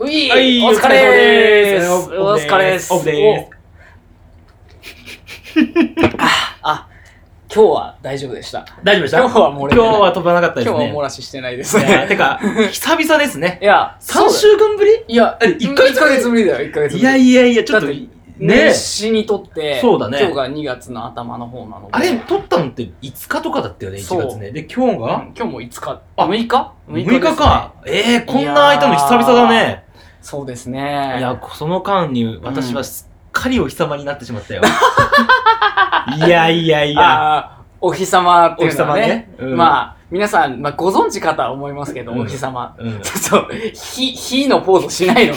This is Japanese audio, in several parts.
ういはいお疲れおーすお疲疲れれーーすすオフで あ、今日は大丈夫でした。大丈夫でした今日は漏れてない今日は飛ばなかったです今ね。日はお漏らししてないですいやね。てか、久々ですねい。や、 3週間ぶりいや、あれ一ヶ1月ヶ月ぶりだよ、1ヶ月ぶり。いやいやいや、ちょっと、だっねて年始にとって、そうだね今日が2月の頭の方なので。あうれ、ん撮ったのって5日とかだったよね、そう1月ね。で、今日が今日も5日。あ6日 ?6 日か。。えー、こんな空いたの久々だね。そうですね。いや、その間に私はすっかりお日様になってしまっ たよ。いやいやいや。あーお日様っておいう日のは様ね。ね。うん、まあ、皆さん、まあ、ご存知かとは思いますけど、うんお日様。うんちょっと、火、火のポーズし ないの。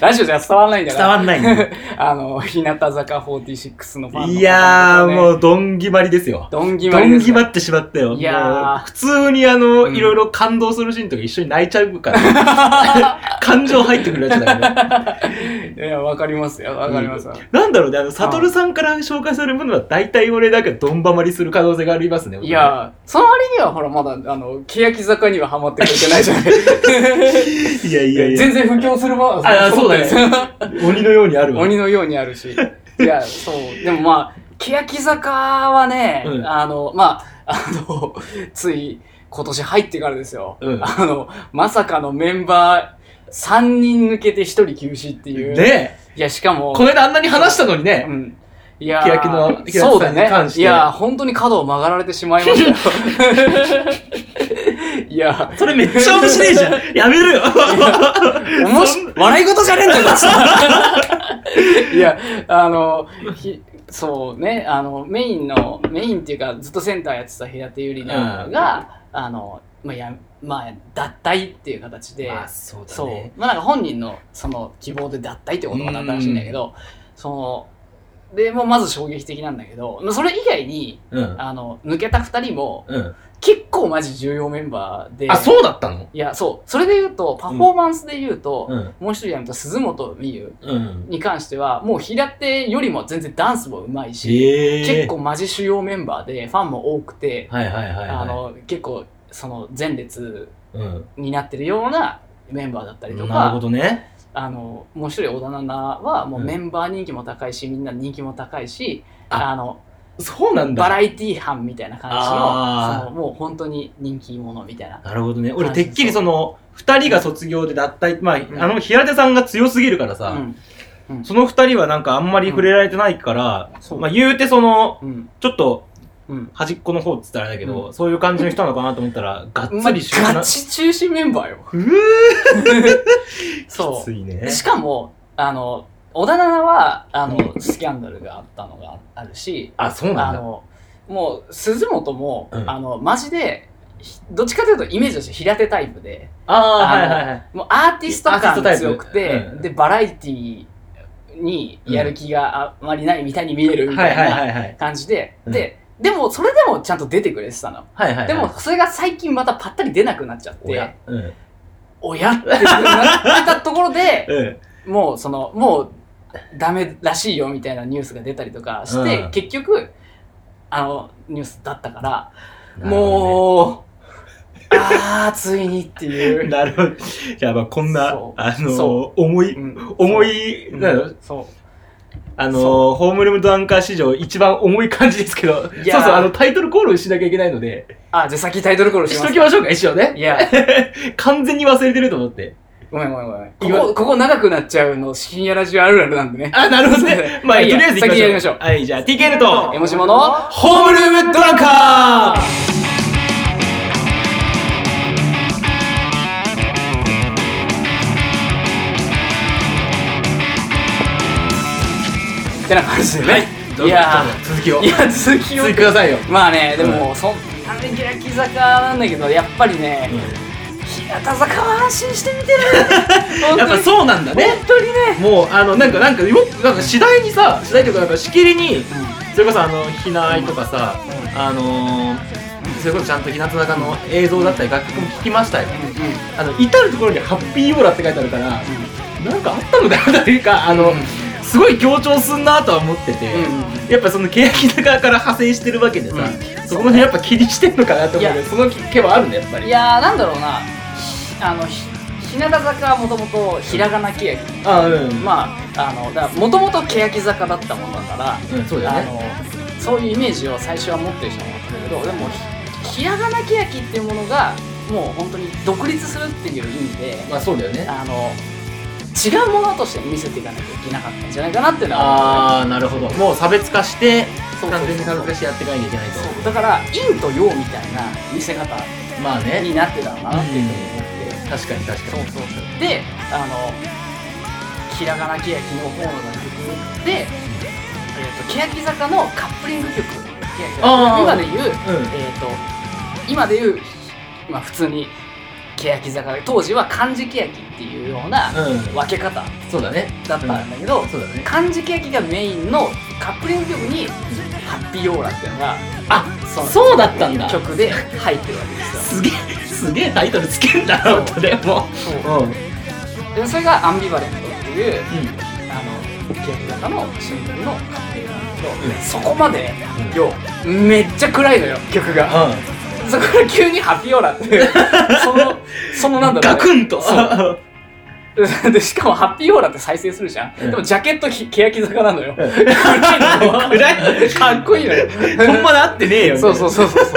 ラジオじゃ伝わらないんだ伝から。わんないね。 あの、日向坂46のファンの方とかね、いやー、もう、どんぎまりですよ。ドン決まどりんですぎね、まってしまったよ。いやーもう普通にあの、うんいろいろ感動するシーンとか一緒に泣いちゃうから、 感情入ってくるやつだから、ね。いや、わかりますよ。わかりますよ。なんだろうね、あの、サトルさんから紹介されるものは大体俺だけどんばまりする可能性がありますね。いや、その割にはほら、まだ、あの、欅坂にはハマってくれてないじゃない。俺ね、いや いやいや、全然不況するわ。あそうだよ鬼のようにあるわ。 鬼のようにある し。いや、そう。でもまあ、欅坂はね、うんあの、まあ、あの、 つい今年入ってからですよ。うんあの、まさかのメンバー3人抜けて1人休止っていう。ねえ、いや、しかも、この間あんなに話したのにうね、ん。いや欅のー、欅そうさだんに関ねし。ていやー、本当に角を曲がられてしまいま したよ。いやそれめっちゃ面 白いじゃん。やめるよ。ー、おもし、笑い事じゃねえんだよこっち、いや、あの、ひそうね、あの、メインの、メインっていうか、ずっとセンターやってた平手友梨奈が、あの、まあ、や、まあ、脱退っていう形で、まあ、そうだそうね。まあなんか本人のその希望で脱退ってことになったらしいんだけど、そのでもうまず衝撃的なんだけどまあそれ以外にうん。あの抜けた2人もうん。結構マジ重要メンバーであ、そうだったのいやそうそれで言うとパフォーマンスで言うと、うん。もう一人やめた鈴本美優うん。に関してはもう平手よりも全然ダンスも上手いし、ええ。結。構マジ主要メンバーでファンも多くて、はいはいはいはい。あの結構その前列うん。になってるようなメンバーだったりとなるかほどね。あのもう一人小田奈々はもううんメンバー人気も高いし、みんな人気も高いしああのそうなんだ。バラエティー班みたいな感じあのーそのもう本当に人気者みたいな。なるほどね。俺、そうそうてっきりその、二人が卒業で脱退、まあ、んあの、平手さんが強すぎるからさ、うんその二人はなんかあんまり触れられてないから、そうまあ、言うてその、うんちょっと、うん端っこの方っつったらあれだけど、うそういう感じの人なのかなと思ったら、がっまつあ、り集団ガチ中心メンバーよ。うーそきついねう。。しかも、あの、小田奈々は、あの、スキャンダルがあったのがあるし、あ、そうなあんだ。の、もう、鈴本も、うんあの、マジで、ひどっちかというとイメージとして平手タイプで、ああー、のはいはいはい。もうアーティスト感が強くアーティてストタイ、プうんで、バラエティにやる気があまりないみたいに見えるみはたいいはいなはいはい。感じで、うんで、でも、それでもちゃんと出てくれてたの。はいはい。でも、、それが最近またぱったり出なくなっちゃっおやて、。うん。おやってなってたところで、うん。もう、その、もう、ダメらしいよみたいなニュースが出たりとかして、うん結局、あの、ニュースだったから、なるほもう、あー、ついにっていどね。 う。なるほど。じゃあ、まあ、こんなそう、あのそ、重い、うん重い、うんなんだろうそう。あそのー、ホームルームドアンカー史上一番重い感じですけど、そういそやーう、あの、タイトルコールしなきゃいけないので、あ、じゃあ先タイトルコールししまとすきましょうか、一応ね。いや、完全に忘れてると思って。ごめんごめんごめん。言わここ、ここ長くなっちゃうの、深夜ラジオあるあるなんでね。あ、なるほど そうだねね。ままあ、あといいりやあえず行きましょう。先やりましょうはい、じゃあ、TKN と、江ノ島の、ホームルームドアンカってな感じでーはいね。、どうぞいやどうぞ続きをー、い。や、続きを続き。くださいよ。まあね、でも、そんなに欅坂なんだけど、やっぱりね、日向坂は安心して見てるやっぱうそうなんだね。本当にね。もう、あの、なんか、なんか、よく、なんか、次第にさ、次第というか、なんか、しきりに、それこそ、あの、ひなあいとかさ、あのー、それこそちゃんと日向坂の映像だったり、楽曲も聴きましたよ。うんうんあの、至る所にハッピーオーラって書いてあるから、なんかあったのかなというか、あの、すごい強調すんなとは思ってて、うやっぱその欅坂から派生してるわけでさ、うんそこの辺やっぱ気にしてんのかなと思うけいど、やその気はあるね、やっぱり。いやー、なんだろうな、ひあの、ひ日向坂はもともとひらがなけやきあうんまああのだもともと欅坂だったものだからうんそうだあよねのそういうイメージを最初は持ってる人もいたんだけどでもひひらがなけやきっていうものがもう本当に独立するっていう意味でまあそうだよねあの違うものとして見せていかなきゃいけなかったんじゃないかなっていうのはああなるほどもう差別化してそうそう完そう全に差別化してやっていかなきゃいけないとそうだから陰と陽みたいな見せ方まあねになってたのかなっていうふうに思って。確かに確かにそうそうであのひらがなけやきの方の曲で、えー、と欅坂のカップリング曲欅坂あー今で言う、うんえー、と今で言う、まあ、普通に欅坂当時は漢字欅っていうようなうん分け方だそうだねったんだけど、そうだね漢字欅がメインのカップリング曲に「ハッピーオーラ」っていうのがあそうそうだったんだ曲で入ってるわけですよ。すげえすげえタイトルつけるんだそう本当でもそううんでそれが「アンビバレント」っていううあの欅坂のシングルのカップリングなんだけど、うんそこまでうんよめっちゃ暗いのよ曲がんそこから急に「ハッピーオーラ」って そのそのなんだガろうクンとそうでしかも「ハッピーオーラ」って再生するじゃん、うんでもジャケットひ欅坂なのよ、 うん暗いの暗いかっこいいのよほんまで合ってねえよねそうそうそうそうそ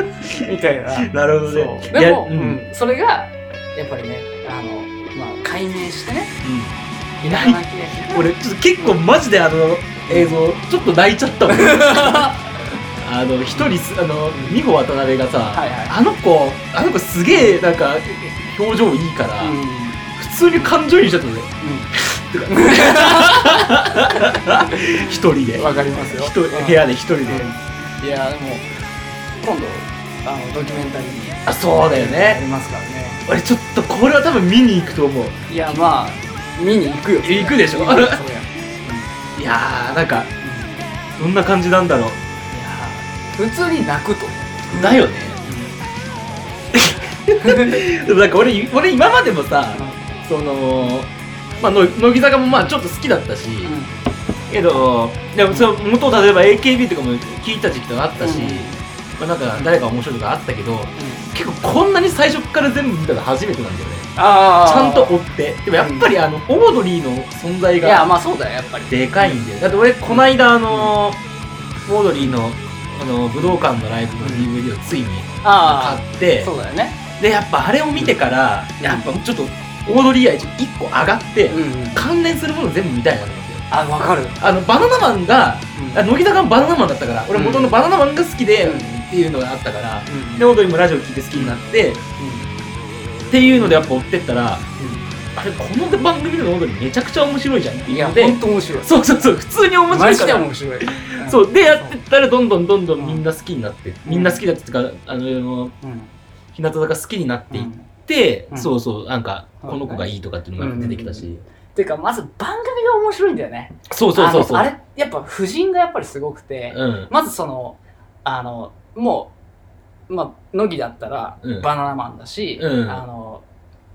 うみたいななるほどそねういでやも、ううんん、それがやっぱりねあのまあ解明してねうんひらがな欅が俺ちょっと結構マジであの映像ちょっと泣いち ゃったもんあの一人すあの美穂渡辺がさ、はいはいあの子あの子すげえなんか表情いいから、うん普通に感情移入しちゃったね一人でうんわかりますよ一人うん部屋で一人で、いやでも今度あのドキュメンタリーにあそうだありよねますからね俺ちょっとこれは多分見に行くと思ういやまあ見に行くよ行くでしょうんそうやうんいいやーなんかどんな感じなんだろうや普通に泣くとだよねでもなんか俺俺今までもさ、その、まあ、の乃木坂もまあちょっと好きだったし、けどでもその元々例えば AKB とかも聞いた時期とかあったし、うんまあ、なんか誰が面白いとかあったけど結構こんなに最初から全部見たの初めてなんだよねあちゃんと追ってでもやっぱりあの、オードリーの存在いやがまあそうだよやっぱりでかいんだよだって俺この間あの、オードリーのあの武道館のライブの DVD をついに買あってあそうだよねでやっぱあれを見てからやっぱちょっとオードリー愛ちょっと1個上がって、うん関連するもの全部見たいなと思ってあわかるあのバナナマンが、うんあ乃木坂のバナナマンだったから俺元のバナナマンが好きで、うんっていうのがあったから、うんでオードリーもラジオ聞いて好きになって、っていうのでやっぱ追ってったらあれこの番組のオードリーめちゃくちゃ面白いじゃんっていいうやのでほんと面白いそうそうそう普通に面白マいジかでら面白いそうでやってったらどんどんどんどんみんな好きになって、んみんな好きだっていうかあのうん日向坂好きになっていっうんて、うんそうそうなんかうんこの子がいいとかっていうのが出てきたし、ていうかまず番組が面白いんだよねそうそうそうそうあのあれやっぱ夫人がやっぱりすごくて、うんまずそのあのもう、まあ、乃木だったらうんバナナマンだし、うんあの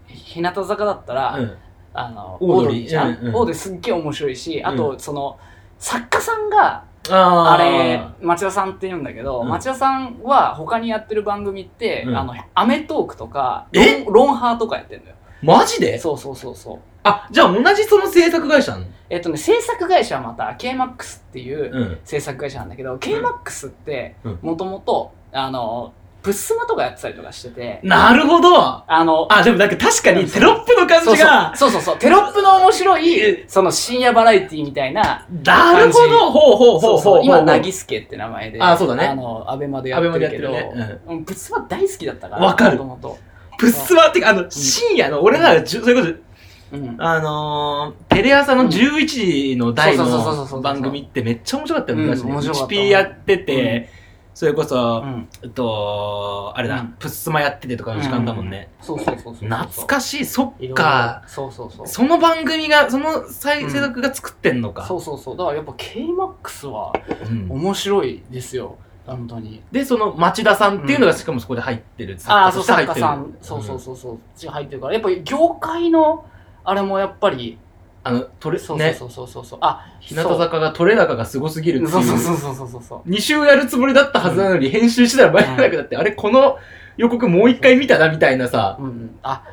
日向坂だったら、うんあのオオーードドリーリーじゃん、うんうんオードリーすっげえ面白いしあうとその、作家さんがああれー町田さんって言うんだけど、うん町田さんは他にやってる番組って「うんあのアメトーク」とか「えロンロンハー」とかやってんだよマジでそうそうそうそうあ、じゃあ同じその制作会社なのえっとね制作会社はまた KMAX っていう、うん。制作会社なんだけど KMAX ってうんもともとあのプッスマとかやってたりとかしててなるほどあのあ、でもなんか確かにテロップの感そうじそうが、そうそうそうテロップの面白えいその深夜バラエティみたいななるほ感じどほうほうほそううほそうう今なぎすけって名前であそうだねあのアベマでやってるけどアベマでやってるねうんプッスマ大好きだったからわかるもともプッスマってか、あの、深夜の、俺らがじゅ、そういうこと、とうんあのー、テレ朝の11時の台そうそうそうそうそうそのう番組ってめっちゃ面白かったよ、昔うんね。面白かった HP やってて、それこそう、んえっと、あれうだん、プッスマやっててとかの時間だもんね。そうそうそうそう懐かしい、そいっろいろか。そうそうそうその番組が、その再制作が作ってんのか。そうそうそうだからやっぱ KMAX はうん面白いですよ本当にで、その町田さんっていうのがしかもそこで入ってる。ああ、そう、作作家と家してさ入ってんる、そうそうんそうそう、ち入ってるから、やっぱり業界の、あれもやっぱり、あの、取れ、そうね、そうそうそうそう、あ、日向坂が取れ高がすごすぎるってい。そううそうそうそうそうそうそう。 2週やるつもりだったはずなのに、編集してたらバレなくなって、あれ、この予告もう一回見たな、みたいなさ。うんうん、あ、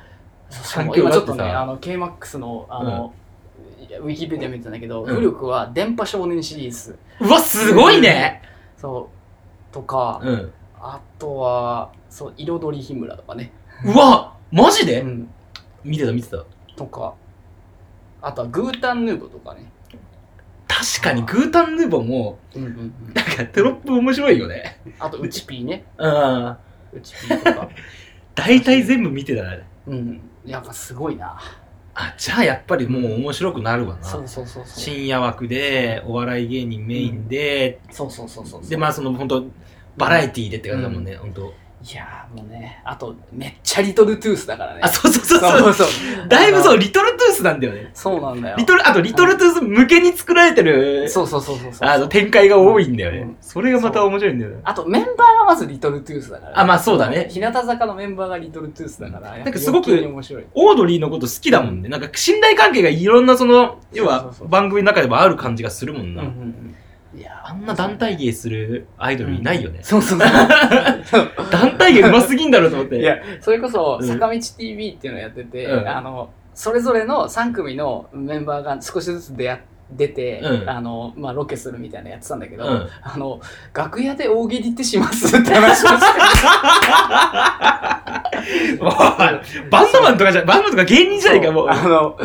環境今がちあょっってとね、あさ、の、KMAX の、あの、いやウィキペディア見てたんだけど、うん古くは電波少年シリーズ、うわ、すごいねそう、とか、うん。あとは、そう、彩り日村とかね、うわマジでうん、見てた見てた。とか、あとはグータンヌーボーとかね、確かにグータンヌーボーも、うんうんうん、なんかテロップ面白いよね。あと、ウチピーね、うん。ウチピーとか、大体全部見てたな。うん、やっぱすごいな。あ、じゃあやっぱりもう面白くなるわな。そうそうそうそう。深夜枠で、お笑い芸人メインで、そうそうそうそうそう。で、まあその本当バラエティーでって感じだもんね、本当いやーもうね、あと、めっちゃリトルトゥースだからね。あ、そうそうそうそう。そうだいぶあそう、のリトルトゥースなんだよね。そうなんだよ。リトル、あとリトルトゥース向けに作られてる、そうそうそうそうそう。あの、展開が多いんだよね。うんそれがまた面白いんだよね。あと、メンバーがまずリトルトゥースだから、あまあそうだね日向坂のメンバーがリトルトゥースだから、なんかすごく余計に面白い。オードリーのこと好きだもんね。なんか信頼関係がいろんなその、要そうはそうそう番組の中でもある感じがするもんな。んうん。いやーあんな団体芸するアイドルいないよね。そうそう そう。団体芸うますぎんだろうと思って。いや、それこそ、うん坂道 TV っていうのをやってて、うんあの、それぞれの3組のメンバーが少しずつ出会出て、うんあの、まあ、ロケするみたいなのやってたんだけうど、ん。あの、楽屋で大喜利ってしますって話をして。もうバンドマンとかじゃ、バンドマンとか芸人 じゃないか、もう。あの、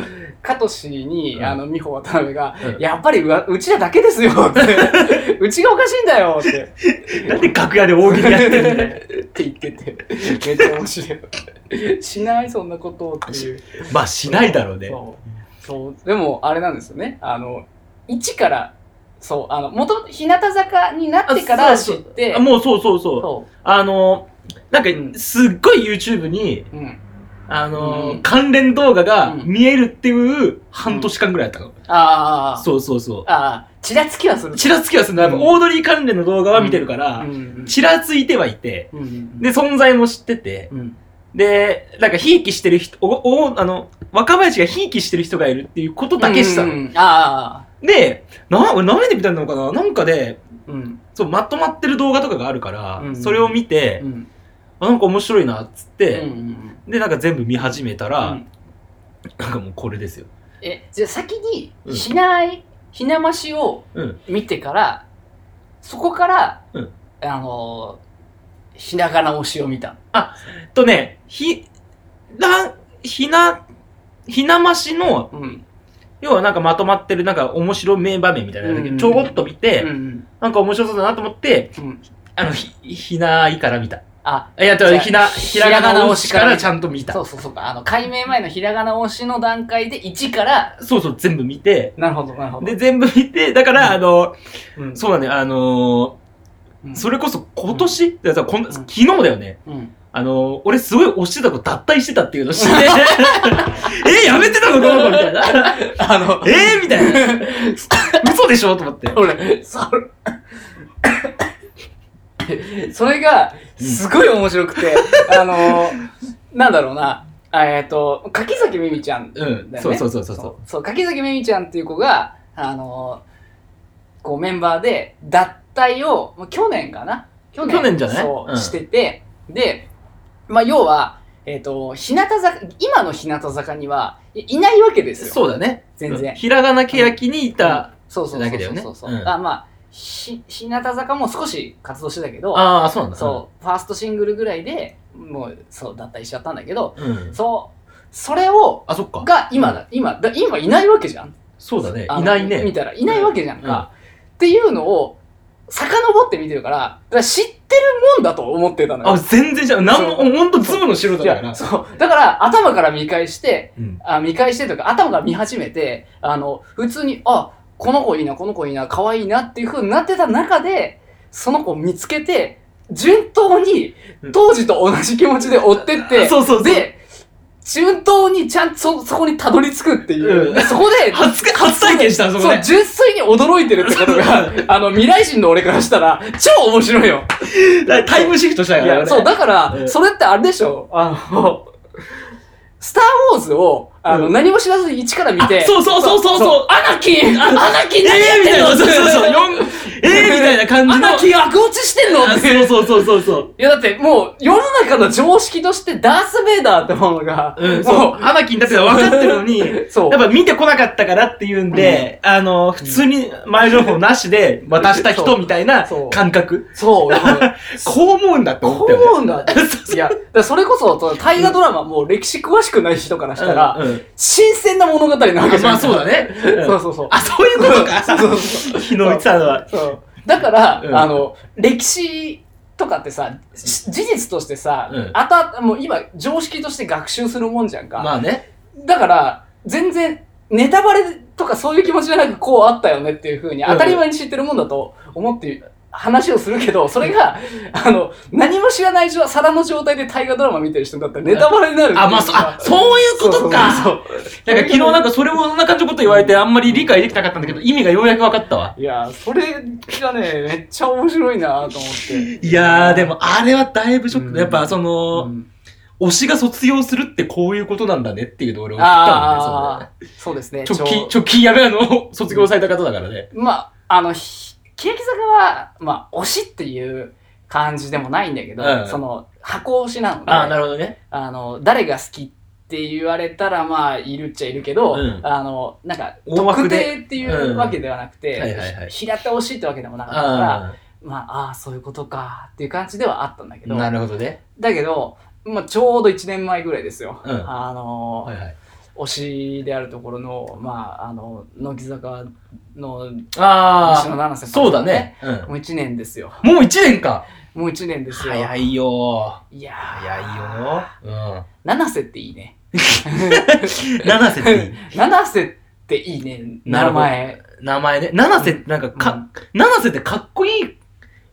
かとしに、うんあの、美穂渡辺が、うんやっぱりうわうちらだけですよ って、うちがおかしいんだよって、なんで楽屋で大喜利やってんだよ。 って言ってて、めっちゃ面白い。しない、そんなことをっていう。 まあ、しないだろうね。そう。そう。でも、あれなんですよね。あの、一から、そう、あの、元々日向坂になってからあ知そうっそうて、あもうそうそうそう。そあの、なんうんか、すっごい YouTube に、う。うん。あの、うん関連動画がうん見えるっていう半年間ぐらいやったの。ああ。そうそうそう。ああ、ちらつきはする。ちらつきはするのやっぱ、うんオードリー関連の動画は見てるかうら、ん。ちらついてはいて、うん。で、存在も知ってて、うん。で、なんか、ひいきしてる人、お、お、あの、若林がひいきしてる人がいるっていうことだけしたうの。ん。ああ。で、な、俺何で見たのかななんかで、うん。そう、まとまってる動画とかがあるから、うんそれを見て、うん。あなんか面白いな、っつっうんて、うん。で、なんか全部見始めたら、うんなんかもうこれですよ。え、じゃあ先に、うんひない、ひなましをうん見てから、そこから、うんあのー、ひながな推しを見た。とね、ひ、ら、ひな、ひなましの、うん。要はなんかまとまってる、なんか面白い名場面みたいなのだけどうんちょこっと見て、うん。なんか面白そうだなと思って、うん。あの、ひ、ひないから見た。あ、いや、じゃあひな、ひらがな推しからちゃんと見た。そそそううそうか。あの、解明前のひらがな推しの段階で1から、うそう、全部見て、なるほど、なるほで、全部見て、だから、あの、うんそうだね、あのうんそれこそ今年、だからさこんん昨日だよね。うん。あのー、俺すごい推してた子脱退してたっていうのを知って、 え、やめてたのこの子みたいな。 あの、えー、みたいな。嘘でしょと思って。 俺、それ、 それが、すごい面白くて、あのー、なんだろうな、えっ、と、柿崎めみちゃんだようねん。。そうそうそうそそうう。そそう柿崎めみちゃんっていう子が、あのーこうメンバーで脱退を、もう去年かな去去年じゃないそう、うんしてて、で、まあ、要は、えっ、と、日向坂、今の日向坂にはいいないわけでうすよ。そうだね。全然うんひらがなけやきにいた。そうそうそうだけだよねそうそううんあまあひ日向坂も少し活動してたけどああ、そうなんだ。そうファーストシングルぐらいでもうそう脱退しちゃったんだけどうん。うん。そうそれをあ、そっか。が今だ今だ今いないわけじゃんそうだねあ。のいない見ね。たらいないわけじゃんか、っていうのを遡って見てるからだから知ってるもんだと思ってたのあ、よ全然じゃん。なんも、そうほんとズムの白だいからなや。そうだから頭から見返してうん。あ見返してとか頭から見始めてあの普通にあこの子いいなこの子いいな可愛いなっていう風になってた中でその子を見つけて順当にうん当時と同じ気持ちで追ってって、 そうそうそう。で順当にちゃんとそそこにたどり着くっていう、うんそこで 初、初体験したの、そこそうで。純粋に驚いてるってことが あの未来人の俺からしたら超面白いよだから タイムシフトしいたからや、ね。そう、だから、うんそれってあれでしょあの、スターウォーズを、あの、うん何も知らずに一から見て、あそうそうそうそうそうアナキン あアナキン何やえーってんみたいのな、そうそうそう、よんえーみたいな感じアの。ナキン悪落ちしてんのっあてそうそうそうそうそう。いやだってもう世の中の常識としてダース・ベイダーってものが、うん、そもう。アナキンだってのは分かってるのに、やっそうぱ見てこなかったからっていうんで、あの、普通に前情報なしで渡した人みたいなそう感覚。う、そう、だからこう思うんだって思こったよね。 う思うんだって。いや、だからそれこそ、その大河ドラマ、もう歴史詳しくない人からしたら、うんうん新鮮な物語なわけじゃないまあそうだね。うんそうそうそう。あ、そういうことか。そうそうそう 昨日言ってたのは。そうだから、うんあの、歴史とかってさ、し事実としてさ、うんあた、もう今、常識として学習するもんじゃんか。まあね。だから、全然、ネタバレとかそういう気持ちじゃなく、こうあったよねっていうふうに、うん当たり前に知ってるもんだと思って、話をするけど、それが、あの、何も知らない状皿の状態で大河ドラマ見てる人だったらネタバレになる。あ、まあ、そあ、そういうことそか。うそうそうなんか昨日なんかそれもそんな感じのこと言われてあんまり理解できなかったんだけど、意味がようやく分かったわ。いや、それがね、めっちゃ面白いなと思って。いやー、でもあれはだいぶショック。うんやっぱその、うん推しが卒業するってこういうことなんだねっていうと俺を知ったんでああ、そうですね。ね。そのち直ょ近、直近やべえの 卒業された方だからね。まあ、あの、ひ欅坂は、まあ、推しっていう感じでもないんだけど、うんその、箱推しなので、ああ、なるほどね。あの、誰が好きって言われたら、まあ、いるっちゃいるけど、うんあの、なんか、大枠特で定っていうわけではなくて、うんはいはいはいひ平手推しってわけでもなかったから、あまあ、ああ、そういうことかっていう感じではあったんだけあ、ど、なるほどね。だけど、まあ、ちょうど1年前ぐらいですよ。うんあの、はいはい。推しであるところの、まあ、あの、乃木坂の西野ああ、七瀬さん、そうだね。うんもう1年ですよ。もう1年か。もう1年ですよ。早いよいやーー。早いよ。七瀬っていいね。うん。七瀬っていい。七瀬っていいね、なる名ほど前。名前ね。七瀬ってなんかか、七瀬ってかっこいい。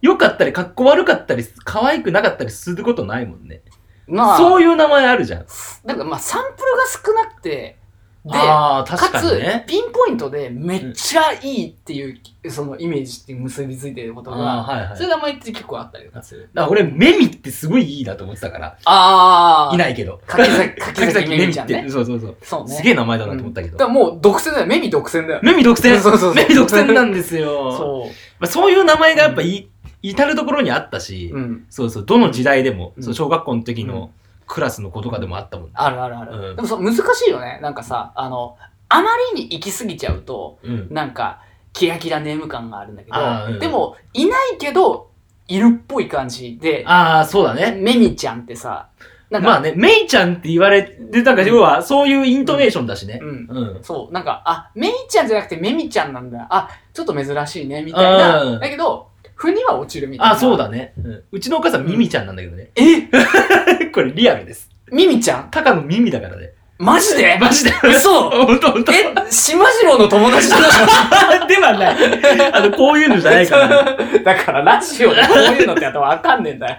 良かったり、かっこ悪かったり、可愛くなかったりすることないもんね。まあ、そういう名前あるじゃん。だからまあサンプルが少なくて、で、ああ、か確かにねつ、。ピンポイントでめっちゃいいっていう、そのイメージって結びついてることああが、はいはい。そういう名前って結構あったりとかする。だから俺、メミってすごいいいなと思ってたから、ああ、いい。ないけど。柿 崎、柿崎めみちゃんっねて。。そうそうそう。そうね。すげええ名前だなと思ったけだど。からもう独占だよ。メミ独占だよ。メミ独占そうそうそうメミ独占なんですよ。そうそまあ、そういう名前がやっぱい、至るところにあったし、う。うん。そうそう、どの時代でも、うんそう小学校の時うのクラスの子とかでもあったもんね。あるあるある。うんでもそう難しいよね。なんかさ、あの、あまりに行き過ぎちゃうと、うん。なんか、キラキラネーム感があるんだけあーうど、んでも、いないけど、いるっぽい感じで、ああ、そうだね。メミちゃんってさ、なんか、まあね、メイちゃんって言われて、なんか要はそういうイントネーションだしねう。ん。うん。そう、なんか、あ、メイちゃんじゃなくてメミちゃんなんだ。あ、ちょっと珍しいね、みたいな。うんだけど、腑には落ちるみたいな。あ、そう。だね。うんうちのお母さん、ミミちゃんなんだけど ね。えこれリアルです。ミミちゃんタカの耳だか らね。マジでマジで嘘本当本当え、島次郎の友達だではない。あの、こういうのじゃないから、ね。 だから、ラジオでこういうのってやったらわかんねえんだよ。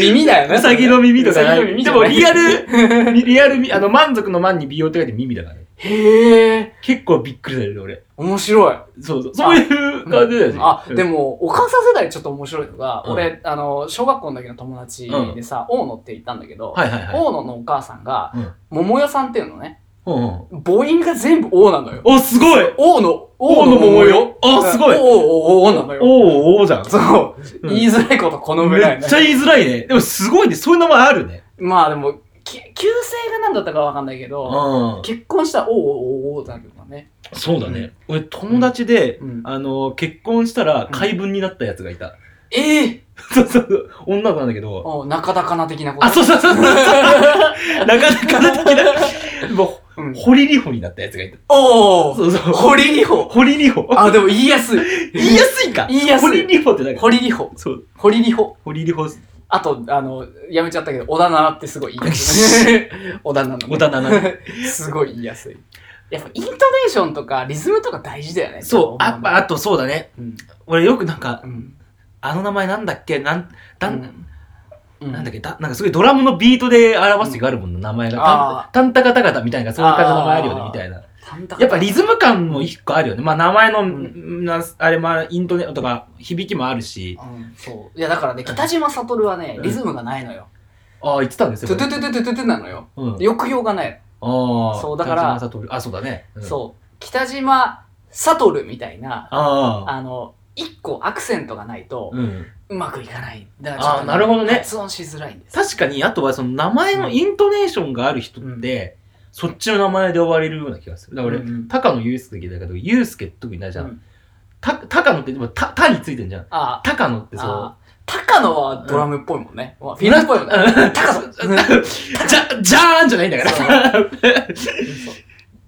耳だよね。うさぎの耳とかうさなぎの耳い。じでゃなもいリアル、 リアルみ、あの、満足の満に美容って書いて耳だからね。へえ、結構びっくりだよね、俺。面白い。そうそう。そういう感じだよね。あ、でも、も、お母さん世代ちょっと面白いのが、うん俺、あの、小学校の時の友達でさ、大野って言ったんだけど、はいはいはい。大野のお母さんが、うん桃屋さんっていうのね、うんうん母音が全部王なのよ。お、すごい王の、王の桃よあすごい王、王、王なのよ。おーおーじゃん。そう、うん言いづらいことこのぐめらいっねち。ゃ言いづらいね。でもすごいね。そういう名前あるね。まあでも、き旧姓が何だったかわかんないけうど、ん。結婚したら王、王、王、王だけどね。そうだね。俺、友達でうん、あの、結婚したら怪文になったやつがいた。 ええそうそうそう。女の子なんだけど。お中田かな的なこと。あ、そうそう そうそう。なかなかな的な。もうう、ん。堀里穂になったやつがいた。おおそうそう。堀里穂堀里穂。あ、でも言いやすい。 言いやすいか。言いやすい堀里穂ってなんか、堀里穂。そう、堀里穂。堀里穂、あと、あの、やめちゃったけど、小田七ってすごい言いやす い。小田七。小田七菜。すごい言いやすい。やっぱイントネーションとかリズムとか大事だよね。 そう、あ、まああとそうだね。うん。俺よくなんかう、ん。あの名前なんだっけなん、だん、うん。なんだっっけだなんかすごいドラムのビートで表す時があるもんな、名前が。あたんタンタカタカタみたいな、そういう感じの名前あるよねあ、ーみたいな。けやっぱリズム感も一個あるよね。まあ名前の、んなあれもある、イントネとか、響きもあるし。うん、そう。いや、だからね、北島悟はね、リズムがないのよ。ああ、言ってたんですトよ。ゥトゥトゥトゥトゥトゥなのよ。うん。抑揚がない。ああ。そうだから北島さとるあ、そうだね。うんそう北島悟みたいなああ。あの一個アクセントがないとうん。うまくいかないだからあーなるほどね発音しづらいんです確かに、あとはその名前のイントネーションがある人って、そっちの名前で呼ばれるような気がする。だからうんう俺、ん高野祐介だけど、祐介って特にないじゃうんん。た高野って、でもた、たについてんじゃん。あー高野ってそうあ。ー高野はドラムっぽいもんね、まあフィルムっぽいもんね 高野じゃ、じゃーんじゃないんだから。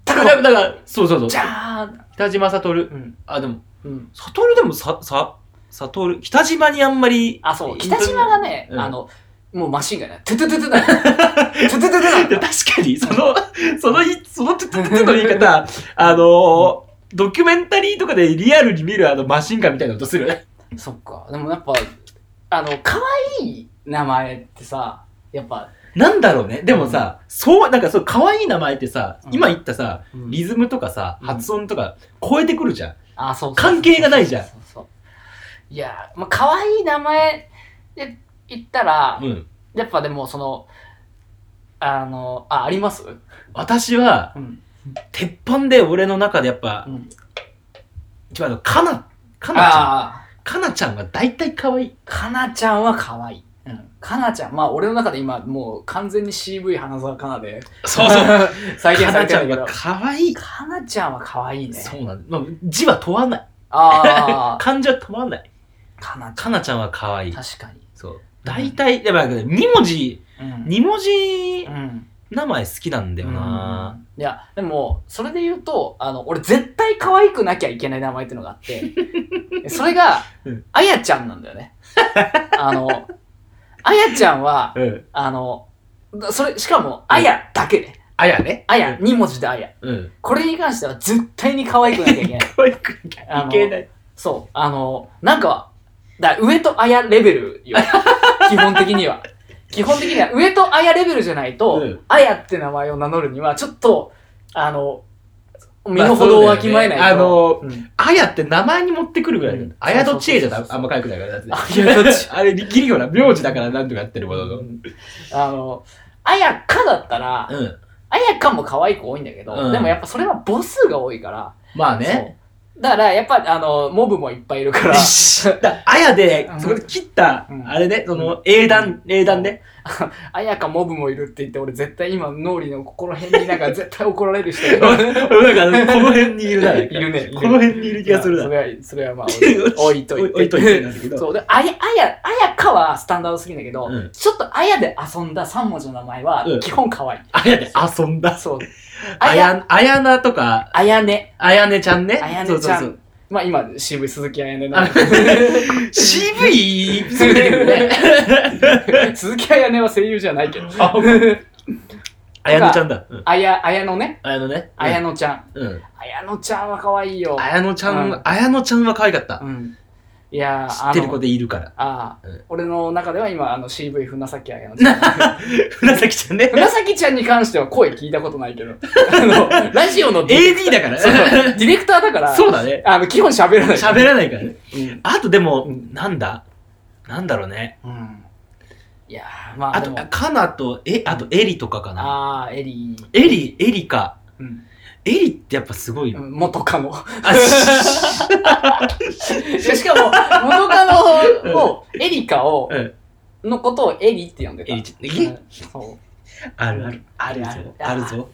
高 だ野から、そうそうそう。じゃーん北島悟。うんあ、でも、うん悟でもさ、さ、悟、北島にあんまり。あそう北島がね、うんあのもうマシンがねトゥトゥトゥトゥなのトゥトゥトゥトゥなので確かに、その、その日、そのトゥトゥトゥトゥの言い方、あのー、ドキュメンタリーとかでリアルに見るあのマシンガンみたいな音するよね。そっか。でもやっぱ、あの、可愛い名前ってさ、やっぱ、なんだろうね。でもさ、そう、なんかそう、可愛い名前ってさう、ん今言ったさ、うんリズムとかさ、うん発音とか、超えてくるじゃん。あ、そうそう関係がないじゃんそうそうそういや、まあ、可愛い名前で言ったら、うん。やっぱでもその、あの、あ、あります私は、うん。鉄板で俺の中でやっぱ、うん一番あの、かな、かなちゃん。ああ、かなちゃんが大体可愛い。かなちゃんは可愛い。うん。かなちゃん、まあ俺の中で今もう完全に CV 花澤香菜で、そうそ う。 か再現さなれてちゃるんけがど。可愛い。かなちゃんは可愛いね。そうなんだ。まあ字は問わない。ああ、漢字は問わない。 かなちゃかなちゃんは可愛ん。い。確かに。そう。大体、やっぱ2文字、うん。 2文字うん名前好きなんだよな、うんいやでもそれで言うとあの俺絶対可愛くなきゃいけない名前っていうのがあってそれが、うんあやちゃんなんだよね あのあやちゃんはうん。あのだそれしかもあやだけねあやね。あや、二文字であやうん。これに関しては絶対に可愛くなきゃいけない可愛くいあのけない。そうあのなんかだ上とあやレベル よ基本的には基本的には上とあやレベルじゃないと、うんあやって名前を名乗るにはちょっとあの身の程をわきまえないと、うまあそうんあやって名前に持ってくるぐらいだようんあやとちえじゃそうだそうそうそうあんま可愛くないから。だってあやとち あれ、ギリよな。名字だからなんとかやってるものの。うん。あのあやかだったら、あやかも可愛い子多いんだけど、うんでもやっぱそれは母数が多いから、まあね。そうだからやっぱあのモブもいっぱいいるから だあやでう、んそこで切ったう、んあれね、その、英断、英断ね。あやかモブもいるって言って俺絶対今脳裏のここの辺になんか絶対怒られる人がいる俺 なんか、この辺にいるな。なんかいるねいるこの辺にいる気がするそな。れはそれはまあ 置いといて 置いといてなんだけどそうであやあやあやかはスタンダードすぎんだけど、うんちょっとあやで遊んだ三文字の名前はうん基本可愛い、あやで遊んだ。そうああやや、あやなとか、あやねあやねちゃんね。あやねちゃんそうそうまあ今渋い鈴木あやねあなそう。CV、すぐ出てくるね。 鈴木あやねは声優じゃないけどあほんまあやのちゃんだ。うん あやあやのねあやのね。あやのちゃん、うん。うんあやのちゃんは可愛いよあやのちゃうんん、あやのちゃんは可愛かった。うんいやー知ってる子あのでいるから。ああ、うん俺の中では今あの CV 船崎あやのちゃん紫ちゃんね。 船崎ちゃんに関しては声聞いたことないけどあのラジオの AD だから。そうディレクターだから、そうだね。あの基本喋らない。喋らないからね。うん。あとでもう、なんだなんだろうね。うん。いやー、まあ、あでとも、かなと、え、あと、エリとかかな。あー、エリー。エリ、エリか。うん。エリってやっぱすごいよ。元カノ。あしいやしかも、元カノを、エリカを、うんのことをエリって呼んでた。エリちゃんうね。んそう。あるある。あるぞ。あるぞ。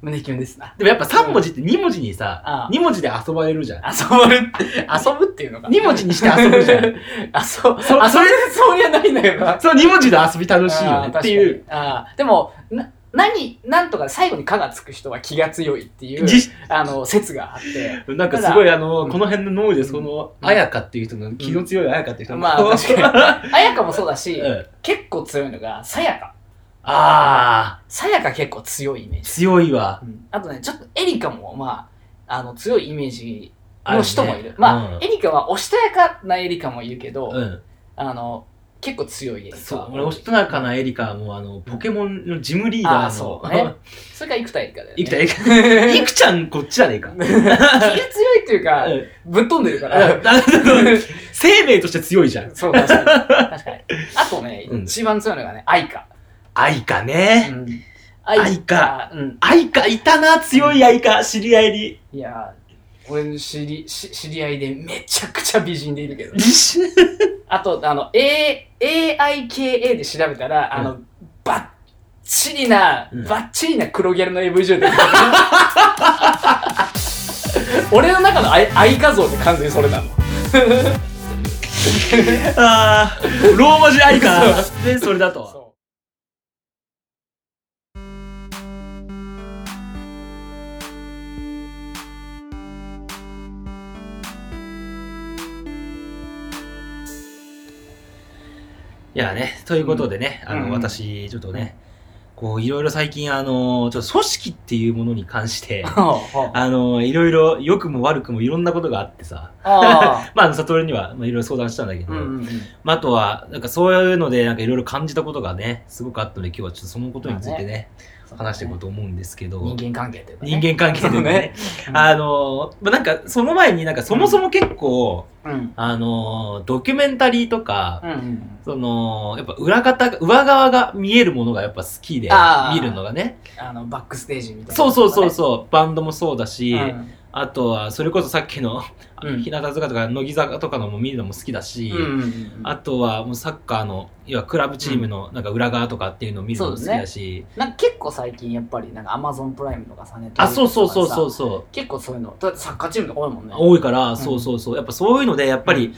胸キュンですな。でもやっぱ3文字って2文字にあさあ、 2文字で遊ばれるじゃん。遊ぶって、遊ぶっていうのか。 2文字にして遊ぶじ ゃん。あ、そう、そあ、それでそうやないんだよな。その2文字で遊び楽しいよねっていう。あー。確かにあーでも、な、何、なんとか最後に「か」がつく人は気が強いっていう、実あの、説があって。なんかすごいあの、うんこの辺の脳でその、うんあやかっていう人の、気の強いあやかっていう人のまあ確かに。あやかもそうだし、うん結構強いのが、さやか。あさやか結構強いイメーー、ジ。強いわ。あとね、ちょっとエリカも、まあ、あの、強いイメージあの人もいる。まあ、うんエリカはおしとやかなエリカもいるけど、うん。あの、結構強いエリカ。そう、俺、おしとなかなエリカはもうあの、ポケモンのジムリーああ、ダそーうの ね、。それから生田エリカだよね。いくたエリ いく、いくちゃんこっちじゃねえか。気が強いっていうかう、んぶっ飛んでるから。あ生命として強いじゃん。そう、確 かに。確かに。あとね、うん一番強いのがね、愛花。愛かね。うん愛か。うん。愛か、いたな、強い愛か、知り合いに。いやー、俺の知り、し知り合いでめちゃくちゃ美人でいるけど。あと、あの、A、AIKA で調べたら、あの、バッチリな、うんバッチリな黒ギャルの AV 女優出てくる 俺の中の愛愛画像って完全にそれなの。あー、ローマ字愛か。で、それだと。そいやね、ということでね、うんあうの、ん私、ちょっとね、こう、いろいろ最近、あの、ちょっと組織っていうものに関して う。、あ あの、いろいろ、良くも悪くもいろんなことがあってさ、あまあ、あの悟りには、まあ、いろいろ相談したんだけー。ど、うんうんうん。まあ、あとは、なんかそういうので、なんかいろいろ感じたことがね、すごくあったので、今日はちょっとそのことについてね、話していこうと思うんですけど、人間関係っていうかね、人間関係でね、うんあの、まあ、なんかその前になんかそもそも結構、うん。あの、ドキュメンタリーとか、うんうん。その、やっぱ裏方が、上側が見えるものがやっぱ好きであ、ー見るのがね。あの、バックステージみたいな。そうそうそうそう、バンドもそうだし、うんあとは、それこそさっきの、うん日向坂とか乃木坂とかのも見るのも好きだし、うんうんうんあとはもうサッカーの、要はクラブチームのなんか裏側とかっていうのを見るのも好きだし、なんか結構最近やっぱりなんかアマゾンプライムとかさねあ、そうそうそうそううそ結構そういうのだってサッカーチームとか多いもんう、ね多いから、そうそうそう、やっぱそういうので、やっぱり、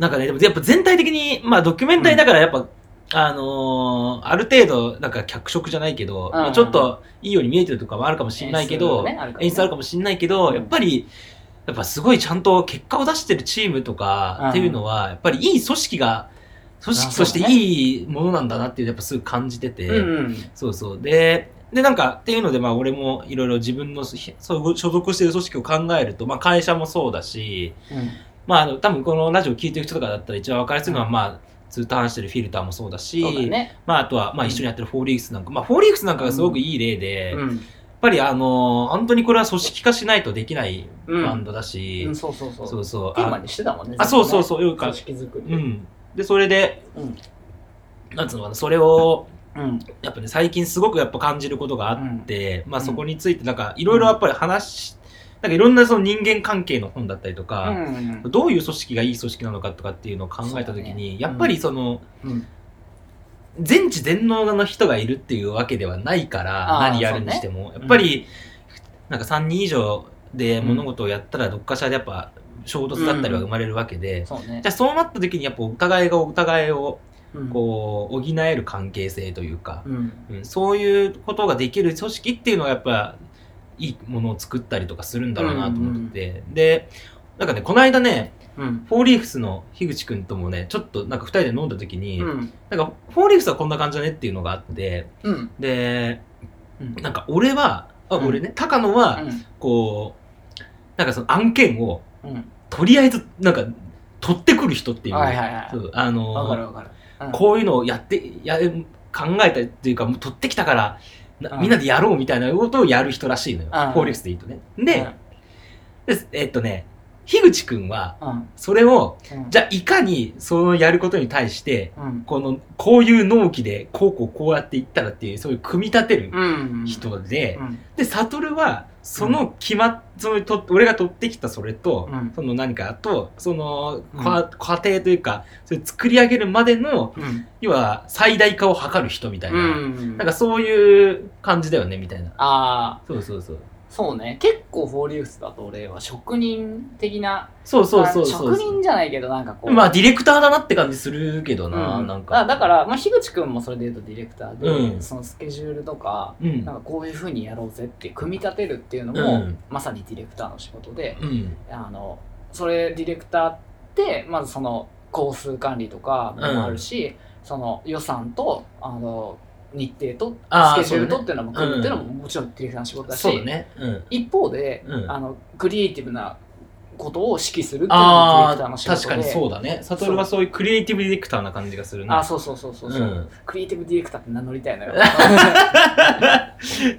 なんかね、でもやっぱ全体的に、まあドキュメンタリーだからやっぱ、あのーある程度、なんか脚色じゃないけど、んまあちょっといいように見えてるとかもあるかもしれないけ演出ど、がねあるからね演出あるかもしれないけど、うんやっぱり、やっぱすごいちゃんと結果を出してるチームとうんかっていうのは、やっぱりいい組織が、組あ織そとうしだてねいいものなんだなっていう、やっぱすぐ感じてて、うんうんそうそう。で、で、なんか、っていうので、まあ、俺もいろいろ自分のひそう所属している組織を考えると、まあ、会社もそうだし、まあ、あの、多分このラジオ聞いてる人とかだったら一番分かりやすいのは、まあ、ずっと話してるフィルターもそうだし、そうだねまあ、あとは、まあ、一緒にやってるフォーリークスなんか、まあ、フォーリークスなんかがすごくいい例で、うやっんぱり、あの、本当にこれは組織化しないとできないバンドだし、うんそうそうそうそうそう。テーマあ、にしてたもんねあそうそううそう、よ組か、織作りうん。で、それで、うんなんつうのかな、それを、うんやっぱね、最近すごくやっぱ感じることがあって、まあうんそこについてなんかいろいろやっぱり話し、なんかいろんなその人間関係の本だったりとうか、んどういう組織がいい組織なのかとかっていうのを考えたときそうだに、ねやっぱりその、うん全知全能の人がいるっていうわけではないから、あー何やるにしても、やっぱり、なんか3人以上でうん物事をやったらどっかしらでやっぱ衝突だったりは生まれるわけで、そうねじゃあそうなった時にやっぱお互いがお互いをうんこう補える関係性というか、うんうん、そういうことができる組織っていうのはやっぱいいものを作ったりとかするんだろうなと思ってて、でなんかねこの間ねうんフォーリーフスの樋口くんともねちょっとなんか2人で飲んだ時に、うんなんかフォーリーフスはこんな感じだねっていうのがあってうんでうんなんか俺はあうん俺ね、高野はこうなんかその案件をうんとりあえずなんか取ってくる人っていう、はいはいはいそうあのーわかるわかるうんこういうのをやって、や、考えたっていうか、もう取ってきたから、なうんみんなでやろうみたいなことをやる人らしいのよ。うんフォーリックスで言うとね。で、でえっとね、樋口くんは、うんうんそれを、うんじゃあいかにそのやることに対して、うんこの、こういう納期で、こうこうこうやっていったらっていう、そういう組み立てるうん人で、うんで、サトルは、その決まっ、そのと、俺が取ってきたそれと、うんその何かと、その、うん過過程というか、それ作り上げるまでの、うん要は最大化を図る人みたいな、うんなんかそういう感じだよねみたいなああそうそうそうそうね結構フォーリーフスだと俺は職人的なそうそうそうそう職人じゃないけどなんかこうまあディレクターだなって感じするけどな、うんなんかだから、まあ、樋口くんもそれで言うとディレクターで、うんそのスケジュールとかうんなんかこういうふうにやろうぜって組み立てるっていうのうも、んまさにディレクターの仕事でうんあのそれディレクターってまずその工数管理とかもあるし、その予算とあの日程とあスーケジュールとそうだねっていうのも組むっていうのももちろんディレクターの仕事だし、そうだねうん一方で、うんあのクリエイティブなことを指揮するっていうのもディレあクターのー仕事で確かにそうだねサトルはそういうクリエイティブディレクターな感じがするなあそうそうそうそうそう、うん クリエイティブディレクターって名乗りたいのよ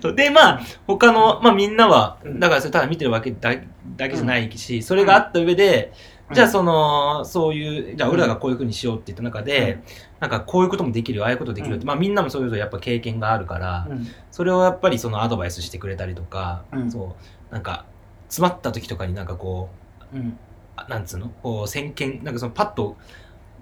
そうでまあ他の、まあ、みんなはうんだからそれただ見てるわけだだけじゃないし、それがあった上で じゃあうんその、そういう、じゃあ俺らがこういうふうにしようって言った中で、なんかこういうこともできるよ、ああいうことできるよって、うんまあみんなもそれぞれやっぱ経験があるから、うんそれをやっぱりそのアドバイスしてくれたりとか、うんそう、なんか、詰まった時とかになんかこう、うんあなんつうのこう先見、なんかそのパッと、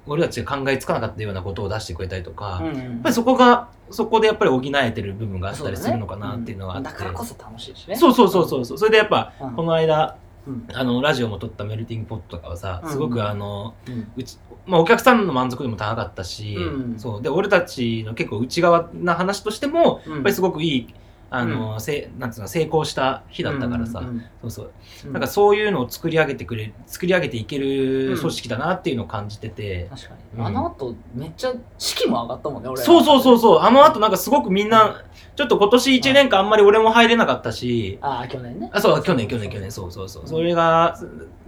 俺たちが考えつかなかったようなことを出してくれたりとか、うやっんうんぱりそこが、そこでやっぱり補えてる部分があったりするのかなそっていうのがあって。だからこそ楽しいしねそうそうそうそうそう。それでやっぱ、うんこの間、うんあの、ラジオも撮ったメルティングポットとかはさ、うんすごくあの、うんうち、まあお客さんの満足度も高かったし、うんそう。で、俺たちの結構内側な話としても、うんやっぱりすごくいい、あの、せなんつうの、成功した日だったからさ、うんうんそうそう。うんなんかそういうのを作り上げてくれ、作り上げていける組織だなっていうのを感じてて、確かうんにあの後めっちゃ士気も上がったもんね俺らそうそうそうそう、あの後なんかすごくみんな、ちょっと今年1年間あんまり俺も入れなかったし、ああ去年ねあそう去年去年去年そうそうそう、うんそれがそ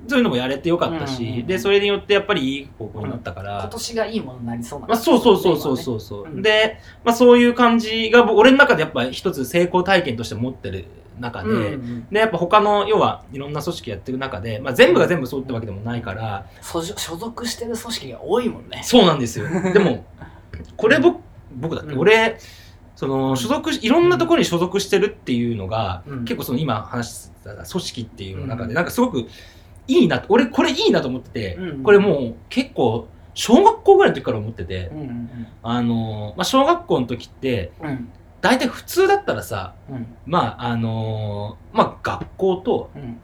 そういうのもやれてよかったし、うんうんうんでそれによってやっぱりいい方向になったから、今年がいいものになりそうなまあ、そうそうそうそうそうそう、うんで、まあ、そういう感じが僕俺の中でやっぱ一つ成功体験として持ってる中で、うんうんでやっぱ他の要はいろんな組織やってる中で、まあ、全部が全部そうってわけでもないから、所属所属してる組織が多いもんねそうなん ですよでもこれ僕僕だって、うん俺その所属しいろんなところに所属してるっていうのが、うん結構その今話した組織っていうの中で、うんなんかすごくいいな俺これいいなと思ってて、うんこれもう結構小学校ぐらいの時から思ってて、うんうんあのまあ、小学校の時ってうん大体普通だったらさうんまああのまあ学校と、うん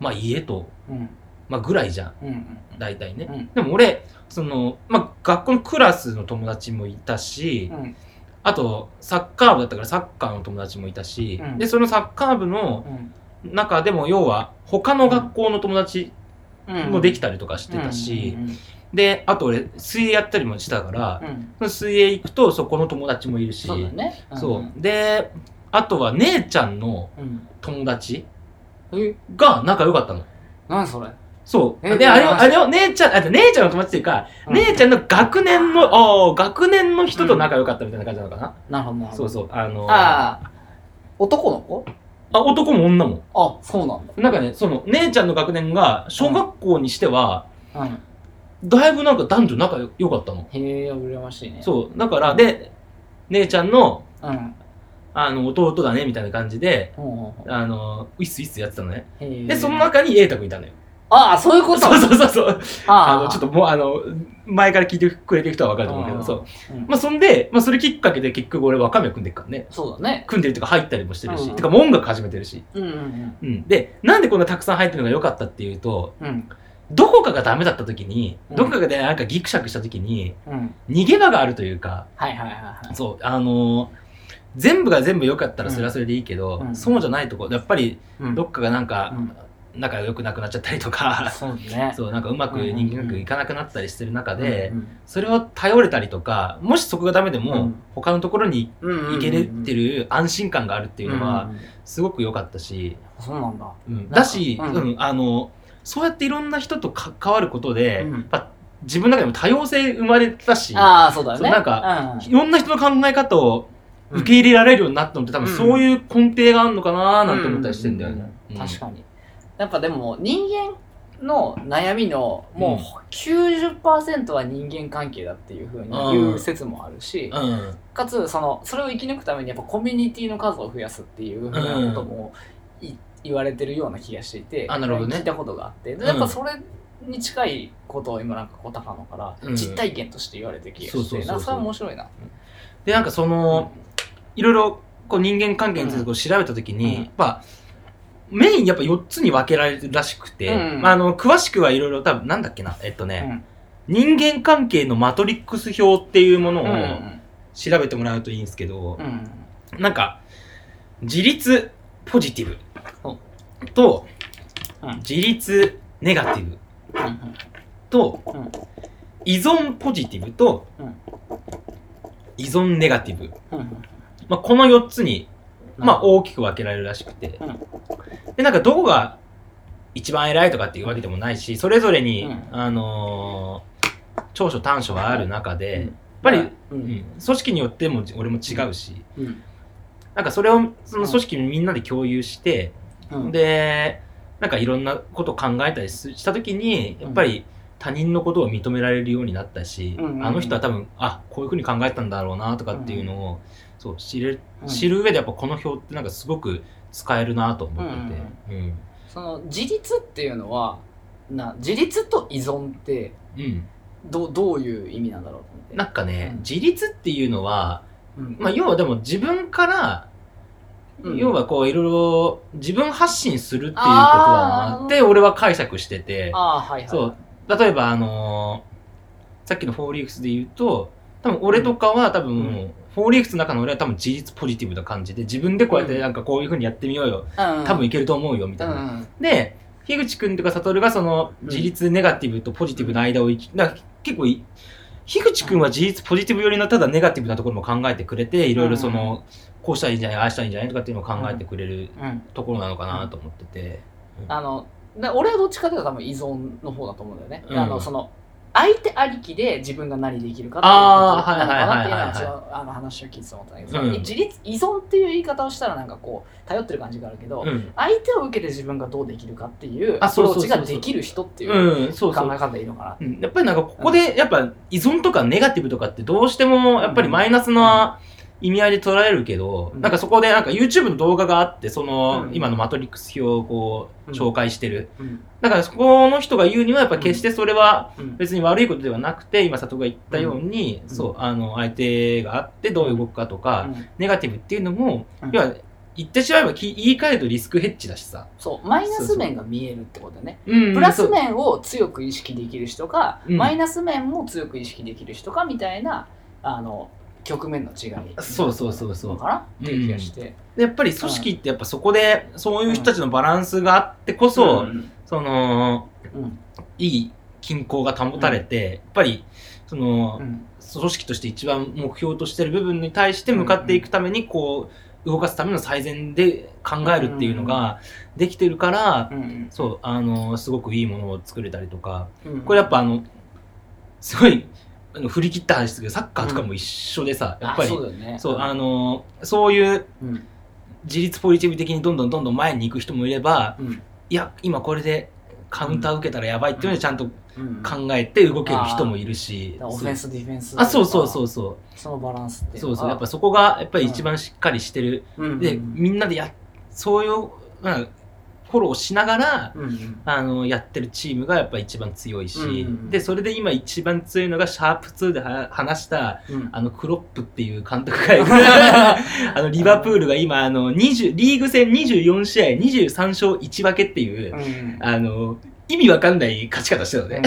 まあ、家と、うんまあ、ぐらいじゃんうんうん大体ね、うんでも俺その、まあ、学校のクラスの友達もいたし、うんあとサッカー部だったからサッカーの友達もいたし、うんでそのサッカー部の中でも要は他の学校の友達うんもできたりとかしてたし、であと俺水泳やったりもしたからうん、うんうんその水泳行くとそこの友達もいるしそうだねそうであとは姉ちゃんのうん友達うんえが仲良かったの何それそうえであれを羨ましいあれを姉ちゃんあ姉ちゃんの友達っていうか、姉ちゃんの学年のあー学年の人と仲良かったみたいな感じなのかな、なるほどなるほどそうそうあのーああ男の子あ男も女もあそうなんだなんかね、その、姉ちゃんの学年が、小学校にしては、うんだいぶなんか男女仲良かったの。へえ羨ましいねそう。だから、で、姉ちゃんの、うんあの、弟だね、みたいな感じで、ほうほうほうあの、ウィスウィスやってたのね。へーで、その中に瑛太くんいたのよ。ああそういうことそうそうそうそう。あの、ちょっとともう、あの、前から聞いてくれてる人はわかると思うけど、そう。まあ、そんで、まあ、それきっかけで結局俺はカメ組んでるからね。そうだね組んでるとか入ったりもしてるし、うんてかもう音楽始めてるし。うんうんうん。で、なんでこんなたくさん入ってるのが良かったっていうと、うんどこかがダメだった時に、うんどこかでなんかギクシャクした時に、うん逃げ場があるというか、はいはいはいはいそう、あのー全部が全部良かったらそれはそれでいいけど、うんそうじゃないとこ、やっぱりうんどっかがなんか、仲良くなくなっちゃったりとか、そう ねそう、なんかうまく人間くいかなくなったりしてる中で、うんそれを頼れたりとか、もしそこがダメでも、うん他のところにうんうんうん行けれてる安心感があるっていうのうは、んうんすごく良かったし、そうなんだうんだし、うんうんあのそうやっていろんな人と関わることで、うんやっぱ自分の中でも多様性生まれたし、ああそうだよそうねなんかいろんな人の考え方をうん受け入れられるようになったのって多分うんそういう根底があるのかなーなんて思ったりしてんだよね。うん確かにやっぱでも人間の悩みのもう90%は人間関係だっていうふうに言う説もあるし、に。うん。かつそのそれを生き抜くためにやっぱコミュニティの数を増やすっていうふうなこともい、言われてるような気がしていてあなるほどね聞いたことがあってうんでやっぱそれに近いことを今なんかこう高野からうん実体験として言われてる気がしそうそうそうてそなうんかそれは面白いな。で、なんかその、いろいろこう人間関係についてこう調べたときに、うんやっぱ、メインやっぱ4つに分けられるらしくて、うんまあ、あの、詳しくはいろいろ多分、なんだっけな、えっとね、人間関係のマトリックス表っていうものうんを調べてもらうといいんですけどうんう、んなんか、自立ポジティほブとうん、自立ネガティブうんとうん、依存ポジティブとうん、依存ネガティブ。うんうんまあ、この4つに、うんまあ、大きく分けられるらしくてう。で、なんか、どこが一番偉いとかっていうわけでもないし、それぞれにうん、あのー、長所短所はある中で、うんやっぱり、ううんん組織によっても俺も違うし、うんなんかそれをその組織みんなで共有して、うんで、なんかいろんなことを考えたりすした時にやっぱり他人のことを認められるようになったし、うんうんうんあの人は多分あこういうふうに考えたんだろうなとかっていうのを、そう知れうん知る上でやっぱこの表ってなんかすごく使えるなと思ってて、うんうんその自立っていうのはな自立と依存ってどうどういう意味なんだろうと思ってなんかね、うん自立っていうのは、うんまあ、要はでも自分から、うん要はこういろいろ自分発信するっていうことだあーなって俺は解釈してて、ああはいはいそう。例えば、あのーさっきのフォーリーフスで言うと、多分俺とかは多分、うんフォーリーフスの中の俺は多分自立ポジティブな感じで、自分でこうやってうんなんかこういう風にやってみようよ。うんうん多分いけると思うよ、みうたいんうな。んで、樋口くんとか悟がそのうん自立ネガティブとポジティブの間を生き、なんか結構い、樋口くんは自立ポジティブ寄りのただネガティブなところも考えてくれて、いろいろその、こうしたらいいんじゃない、ああしたらいいんじゃないとかっていうのを考えてくれるうんところなのかなと思ってて。あのだ俺はどっちかというと多分依存の方だと思うんだよね、うんあのその相手ありきで自分が何できるかっていうあことーなのかなっていうのははいはいはいはい一応あの話を聞いてて思ったんだけど、うん自立依存っていう言い方をしたらなんかこう頼ってる感じがあるけど、うん。相手を受けて自分がどうできるかっていうあアプそうロそーうチそうそうができる人っていううん、考そうえそう。方でいいのかうんやっぱりなんかここでやっぱ依存とかネガティブとかってどうしてもやっぱりマイナスな意味合いで捉えるけど、うんなんかそこでなんか YouTube の動画があってその、うん今のマトリックス表をこううん紹介してる、な、うんだからそこの人が言うにはやっぱ決してそれはうん別に悪いことではなくて今里が言ったように、んそうあの相手があってどう動くかとか、ネガティブっていうのも、うん要は言ってしまえばき言い換えるとリスクヘッジだしさ、そうマイナス面が見えるってことだよねうんプラス面を強く意識できる人か、うんマイナス面も強く意識できる人かみたいなあの局面の違いそうそうそうそうのかなっていう気がして、でやっぱり組織ってやっぱそこでそういう人たちのバランスがあってこそ、んそのうんいい均衡が保たれて、やっぱりその、うん組織として一番目標としてる部分に対して向かっていくためにこう動かすための最善で考えるっていうのができてるから、うんそうあのすごくいいものを作れたりとかうんこれやっぱあのすごいあの振り切った話ですけどサッカーとかも一緒でさ、やっぱりあそうだよねそうあのそういううん自立ポジティブ的にどんどんどんどん前に行く人もいればうんいや今これでカウンター受けたらやばいっていうのでちゃんとうんだか考えて動ける人もいるし、らオフェンスディフェンスあそうそうそううそそのバランスってういそうそうやっぱそこがやっぱり一番しっかりしてる、うんでうんみんなでやそういう、まあ、フォローしながらうんうんあのやってるチームがやっぱ一番強いし、うんでそれで今一番強いのがシャープ2では話したうんあのクロップっていう監督 がいるあのリバプールが今あの20リーグ戦24試合23勝1分けっていうう、んあの意味わかんない勝ち方してたのね、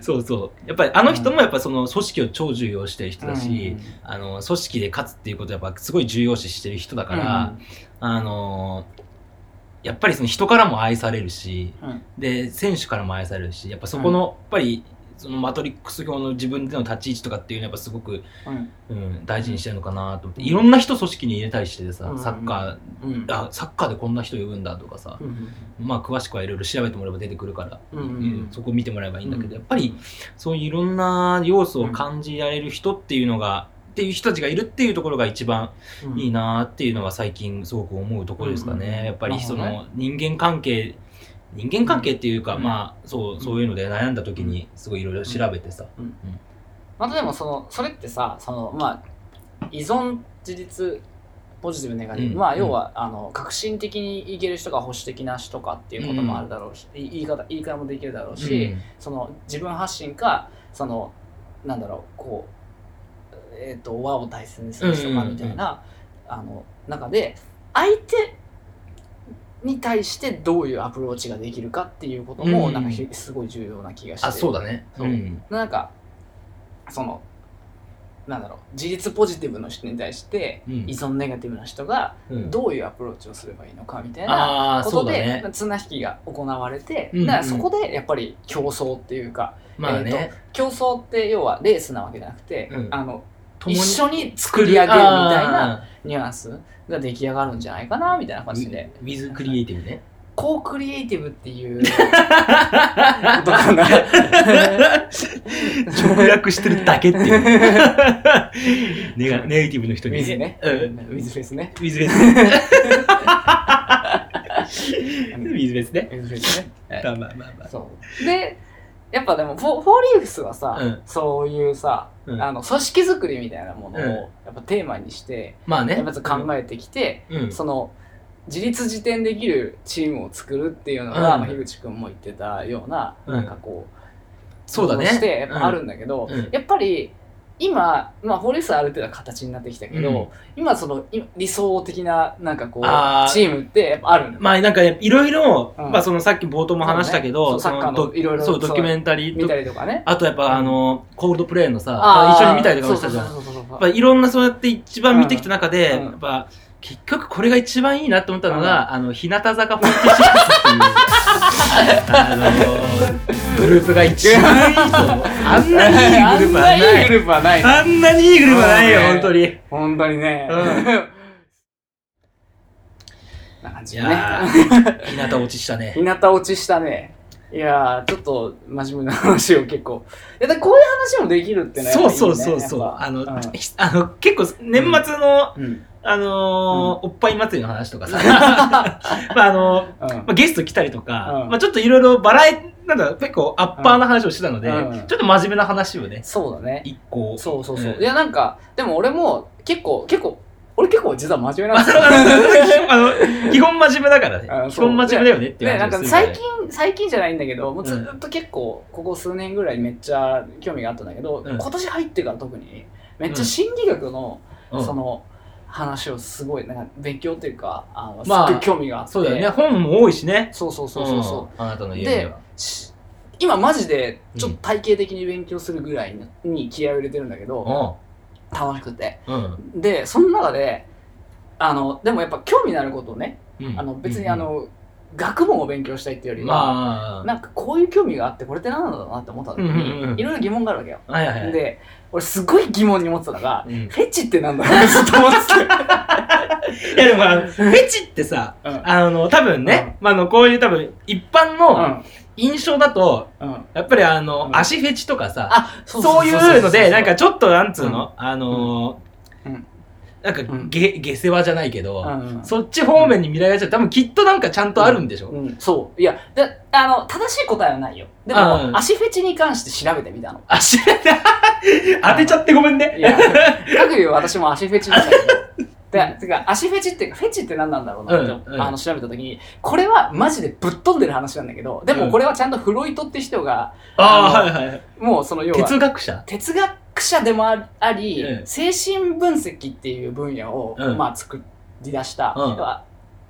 そうそうやっぱりあの人もやっぱその組織を超重要してる人だし、あの組織で勝つっていうことをやっぱすごい重要視してる人だから、あのやっぱりその人からも愛されるしうんで選手からも愛されるしやっぱそこの、やっぱりそのマトリックス表の自分での立ち位置とかっていうのはやっぱすごくうんうん、大事にしてるのかなと思って、うんいろんな人組織に入れたりしててさ、うんサッカうんうんーあサッカーでこんな人呼ぶんだとかさ、まあ詳しくはいろいろ調べてもらえば出てくるから、うんうんうんそこ見てもらえばいいんだけうど、んやっぱりそういういろんな要素を感じられる人っていうのが、っていう人たちがいるっていうところが一番うんいいなっていうのは最近すごく思うところですかね、うんやっぱりそなるほの人間関係人間関係っていうか、うんまあそうそういうので悩んだ時にすごいいろいろ調べてさ、またでもそのそれってさそのまあ依存自立ポジティブネガティブ、うんまあ要は、あの革新的にいける人が保守的な人かっていうこともあるだろうし、い言い方言い方もできるだろうし、うんその自分発信かそのなんだろうこうえっ、と和を大切にする人かみたいな、あの中で相手に対してどういうアプローチができるかっていうことも、うんなんかひすごい重要な気がしてあそうだねそううんなんかそのなんだろう自立ポジティブの人に対してうん依存ネガティブな人がうんどういうアプローチをすればいいのかみたいなああこそとうだで、ね綱引きが行われて、うんうんだからそこでやっぱり競争っていうかまあね、競争って要はレースなわけじゃなくて、うんあの共一に緒に作り上げるみたいなあニュアンスが出来上がるんじゃないかなみたいな感じーで With With クリエイティ ブねコークリエイティブって いうことかな直訳してるだけって いうネガネガティブの人ウにィズね、うん ウィズフェスねウィズウェスウィズウ別ね。別々ね。はいまあまあまあまあ。そう。で、やっぱでも、フォフォーリーフスはさ、うんそういうさ、うんあの、組織づくりみたいなものをうん、やっぱテーマにして、まあね。やっぱ考えてきて、うん。その、自立自転できるチームを作るっていうのが、うんまあ、樋口くんも言ってたような、うんなんかこう、そうだねとして、やっぱあるんだけど、うんやっぱり、今、まあ、フォーリーフスはある程度は形になってきたけど、うん今その、い理想的な、なんかこあう、ーチームってやっぱあるんだよまあなんかねいろいろ、うんまあそのさっき冒頭も話したけど、そうねそうサッカーのドいろいろそう、そうドキュメンタリー見とたりとかね。あとやっぱあの、コールドプレイのさ、ー一緒に見たりとかもしたじゃん。そうそうそうそうそうやっぱいろんなそうやって一番見てきた中で、うんやっぱ結局これが一番いいなと思ったのが、あの、日向坂46っていう、 あの、グループが一番いいと 思う。あんなにいいグループはあんなないいグい。ループはない。 あんなにいいグループはないよ、本当に。本当にね。うんな感じいでね。やー、日向落ちしたね 日。向落ちしたね。いやー、ちょっと真面目な話を結構。いや、だからこういう話もできるってね。そうそうそうそう。やっぱあの、うんあの、結構年末の、うん。うん。あのーおっぱい祭りの話 とかさ、まああのーまあ、ゲスト来たりとか、うんまあ、ちょっといろいろバラエなんだろう結構アッパーな話をしてたので、うんちょっと真面目な話をねそうだね。一個そうそうそう。いんや、なんか、でも俺も結構、結構、俺結構実は真面目なんですよ。 あの基本真面目だからねあ基そう本真面目だよねっていうね、なん話かをする最ね近、最近じゃないんだけど、もうずっと結構、ここ数年ぐらいめっちゃ興味があったんだけど、うん今年入ってから特に、めっちゃ心理学の、うんその、話をすごい、なんか勉強っていうか、あの、まあすっごい興味があって。そうだよね本も多いしねそうそうそうそうそうんあなたのう。家にでは、し今マジで、ちょっと体系的に勉強するぐらいに気合を入れてるんだけど、楽しくて。うんうんで、その中で、あの、でもやっぱ興味のあることをね、うんあの、別にあの、学問を勉強したいっていうようりんは、まあなんかこういう興味があってこれって何なんだろうなって思った時うんうんうんにいろいろ疑問があるわけよ。はいはいはいで俺すごい疑問に思ってたの がうんフェチってなんだろうってずっと思って た。いやでもあのフェチってさうんあの多分ね、まあ、あのこういう多分一般の、印象だと、うんうんやっぱりあの、うん足フェチとかさ、あそそういうので、なんかちちょっとなんつうの、あのーうんなんかうん下、下世話じゃないけど、うんうんそっち方面に見られちゃう。多分きっとなんかちゃんとあるんでしょ、うん、そういやであの正しい答えはないよであうんも足フェチに関して調べてみ たの足当てちゃってごめんね。いや各言う私も足フェチなんだけど でてか足フェチっていうかフェチって何なんだろうなって、うんうんあの調べた時にこれはマジでぶっ飛んでる話なんだけどでもこれはちゃんとフロイトって人がああ、あはいはいはい。もうその要は哲学者哲学者でもああり、ええ精神分析っていう分野を、うんまあ、作り出した、うん要は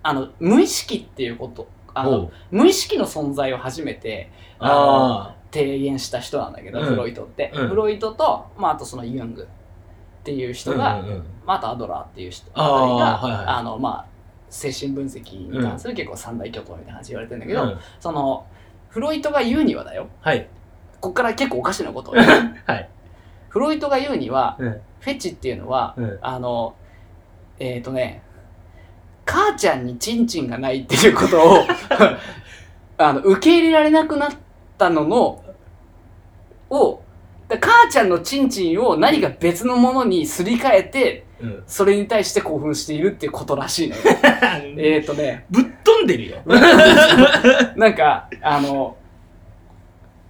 あの無意識っていうことあのう無意識の存在を初めてあのあ提言した人なんだけど、うんフロイトって、うんフロイトと、まあ、あとそのユングっていうあ。人が、うんうんうんまあ、あとアドラーっていう人あーあたりがはいはいあのまあ、精神分析に関する結構三大巨頭みたいな話言われてるんだけど、うんそのフロイトが言うにはだよはい。ここから結構おかしなことを はい。フロイトが言うには、うんフェチっていうのは、うんあの、えっ、とね、母ちゃんにチンチンがないっていうことを、 あの、受け入れられなくなったのの、を、だ母ちゃんのチンチンを何か別のものにすり替えて、うん、それに対して興奮しているっていうことらしいのよ。 えっとね、ぶっ飛んでるよ。なんか、あの、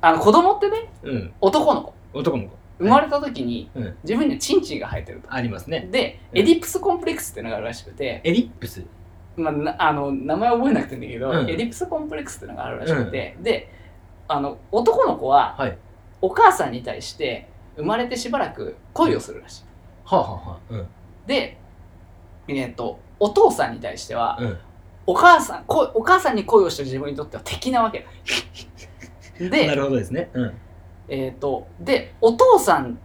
あの、子供ってね、うん。男の子、男の子。生まれた時に、うん。自分にはチンチンが生えてると。ありますね。で、うんエディプスコンプレックスっていうのがあるらしくて、エリップス。まあ、なあの名前覚えなくていいんだけど、うんエディプスコンプレックスっていうのがあるらしくて、であの男の子ははい。お母さんに対して生まれてしばらく恋をするらしいはあ、はあはあ、うん。で、えー、とお父さんに対しては、うんお母さんこお母さんに恋をしてる自分にとっては敵なわ けだなで,、るほどですね。うん。えー、とでお父さん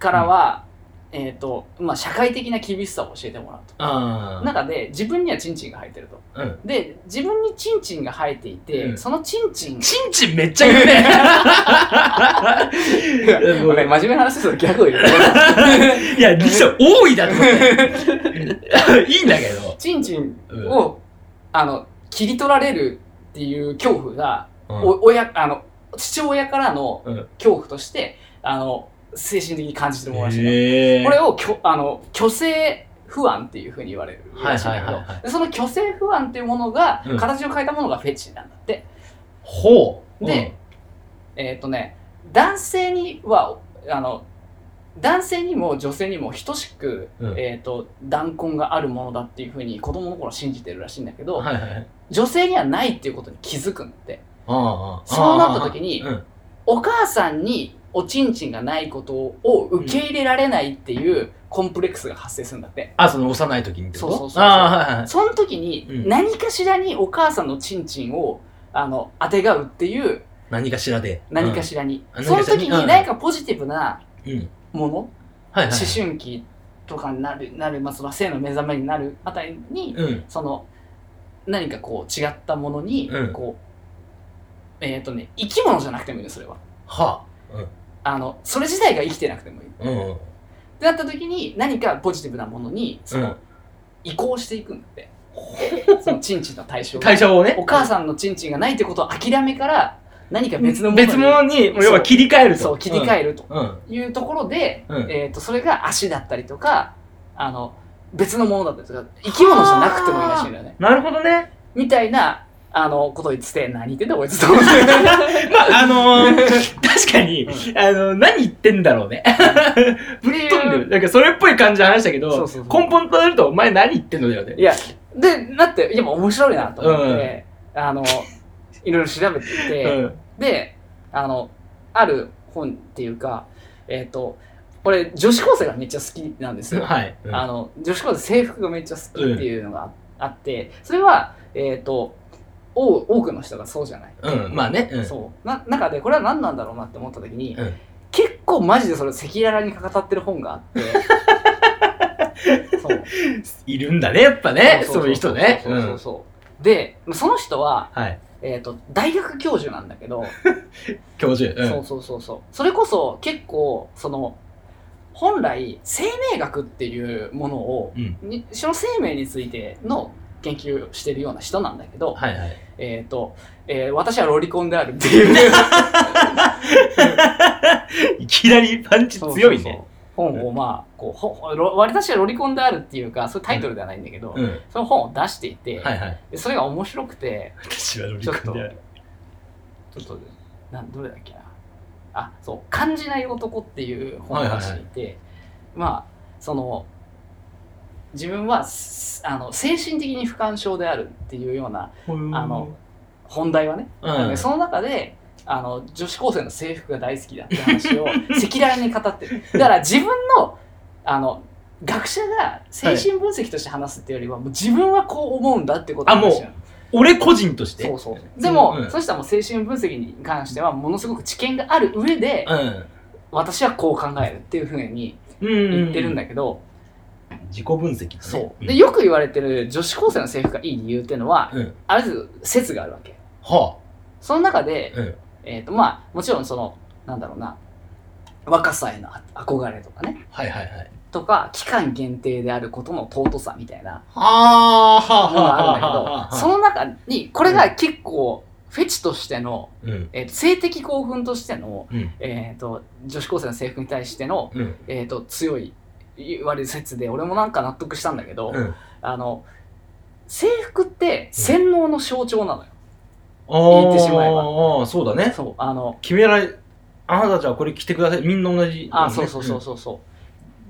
からは、えーとまあ、社会的な厳しさを教えてもらうとああ。中で自分にはチンチンが生えてるとうん。で自分にチンチンが生えていて、うんそのチンチンチンチンめっちゃ言う ねごめん真面目な話すると逆を言うねいや、理想多いだと思って。 いいんだけど。チンチンを、あの切り取られるっていう恐怖が、うんお親あの父親からのうん恐怖としてあの精神的に感じてるものらしいの、へーこれをきょあの虚勢不安っていうふうに言われるらしいんだけど、はいはいはいはいでその虚勢不安っていうものが、うん形を変えたものがフェチなんだってほう。で、えっ、とね男性にはあの男性にも女性にも等しく、うんえっと弾痕があるものだっていうふうに子供の頃信じてるらしいんだけうど、ん、はいはい。女性にはないっていうことに気づくんだってああそうなった時にうんうんお母さんにおちんちんがないことを受け入れられないっていうコンプレックスが発生するんだって、あ、その幼い時にってことそうそうそうそうああ、はいはい。その時にうん何かしらにお母さんのちんちんをあの当てがうっていう何かしらで。何かしらに、うんその時にうん何かポジティブなら。うん。もの、はいはい。思春期とかになる なる、まあ、その性の目覚めになるあたりに、うん。その何かこう違ったものに、うんこうえっ、とね生き物じゃなくてもいいのそれははあのそれ自体が生きてなくてもいいっあ。うん。うんてなった時に何かポジティブなものにその、うん移行していくんだっ てそのチンチンの対象が対象をね。お母さんのチンチンがないってことを諦めから何か別のものに別物に、要は切り替えると。そう切り替えるとえうん。いうところで、 うん。えー、とそれが足だったりとかあの別のものだったりとか生き物じゃなくてもいいらしいんだよねなるほど ね。みみたいなあのことを言ってて何言ってんだこいつとまあ、あのー確かに、うあの何言ってんだろうね。 ぶっ飛んでる。 なんかそれっぽい感じの話だけど、そうそうそう根本となると、お前何言ってんのだよねい。やでだっていやもう面白いなと思って、あのいろいろ調べていて、うん。であのある本っていうかえっ、と俺女子高生がめっちゃ好きなんですよ、はい。うんあの女子高生制服がめっちゃ好きっていうのがああってそれはえっ、と多多くの人がそうじゃないうん、まあね。うん。そうな中でこれは何なんだろうなって思った時に、うん結構マジでそれ赤裸々に語ってる本があっ てそういるんだね、やっぱね。そそういう人ね。そうそううんそうでその人は、はい。えー、と大学教授なんだけど、教授。うんそうそうそうそうそれこそ結構その本来生命学っていうものを、うんにその生命についての研究をしてるような人なんだけど、はいはい。えっ、と、えー私はロリコンであるっていういきなりパンチ強そうそいね。うそう本をまあこうほほロ私はロリコンであるっていうかそういうタイトルではないんだけど、うん。その本を出していて、はいはい。でそれが面白くて私はロリちょっコとンである。ちょっとなんどれだっけなあそう「感じない男」っていう本を出していて、まあその自分はすあの精神的に不感症であるっていうようなあの、本題はねうなのんで。その中であの女子高生の制服が大好きだって話を赤裸々に語って るだから自分のあの学者が精神分析として話すっていうよりは、もう自分はこう思うんだってことあもう話なの俺個人として。そうそうでも、うんそしたらもう精神分析に関してはものすごく知見がある上で、うん。私はこう考えるっていうふうにうん。言ってるんだけど、自己分析だね。そうでで、よく言われてる女子高生の制服がいい理由っていうのは、うん。ある程度説があるわけはその中であ。、うん。えーとまあ、もちろんそのなんだろうな若さへの憧れとかねはいはいはい。とか期間限定であることの尊さみたいなあー、はものがあるんだけどそはの中にこれが結構フェチとしての、あ。うん。えーと性的興奮としての、うんえーと女子高生の制服に対しての、うん。えーと強い言われる説で俺もなんか納得したんだけど、うん。あの制服って洗脳の象徴なのよ。言ってしまえばああ、そうだね。そうあの決められ、あなたたちはこれ着てください。みんな同じ。あ、そうそうそうそうそ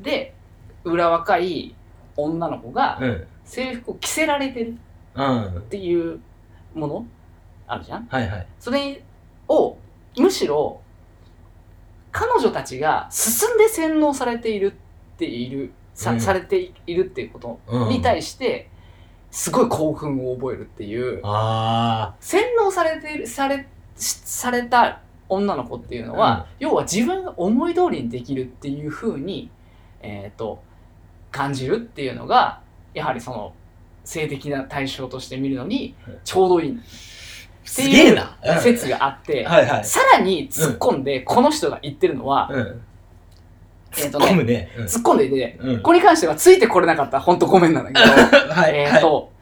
う。で、裏若い女の子がうん。うん。制服を着せられてるうん。っていうものあるじゃん。はいはい。それを、むしろ、彼女たちが進んで洗脳されているっている、さ,、うんされているっていうことうん。に対して、すごい興奮を覚えるっていう、あ洗脳されている、され、しされた女の子っていうのは、要は自分が思い通りにできるっていうふうに、えっ、と、感じるっていうのが、やはりその、性的な対象として見るのにうん、ちょうどいいあ。すげえな。うん説があって、はいはい。さらに突っ込んで、この人が言ってるのは、うん。えっ、と込むね、ね。突っ込んでいて、うん。これに関してはついてこれなかったら本当ごめんなんだけど、はい。えはーいと、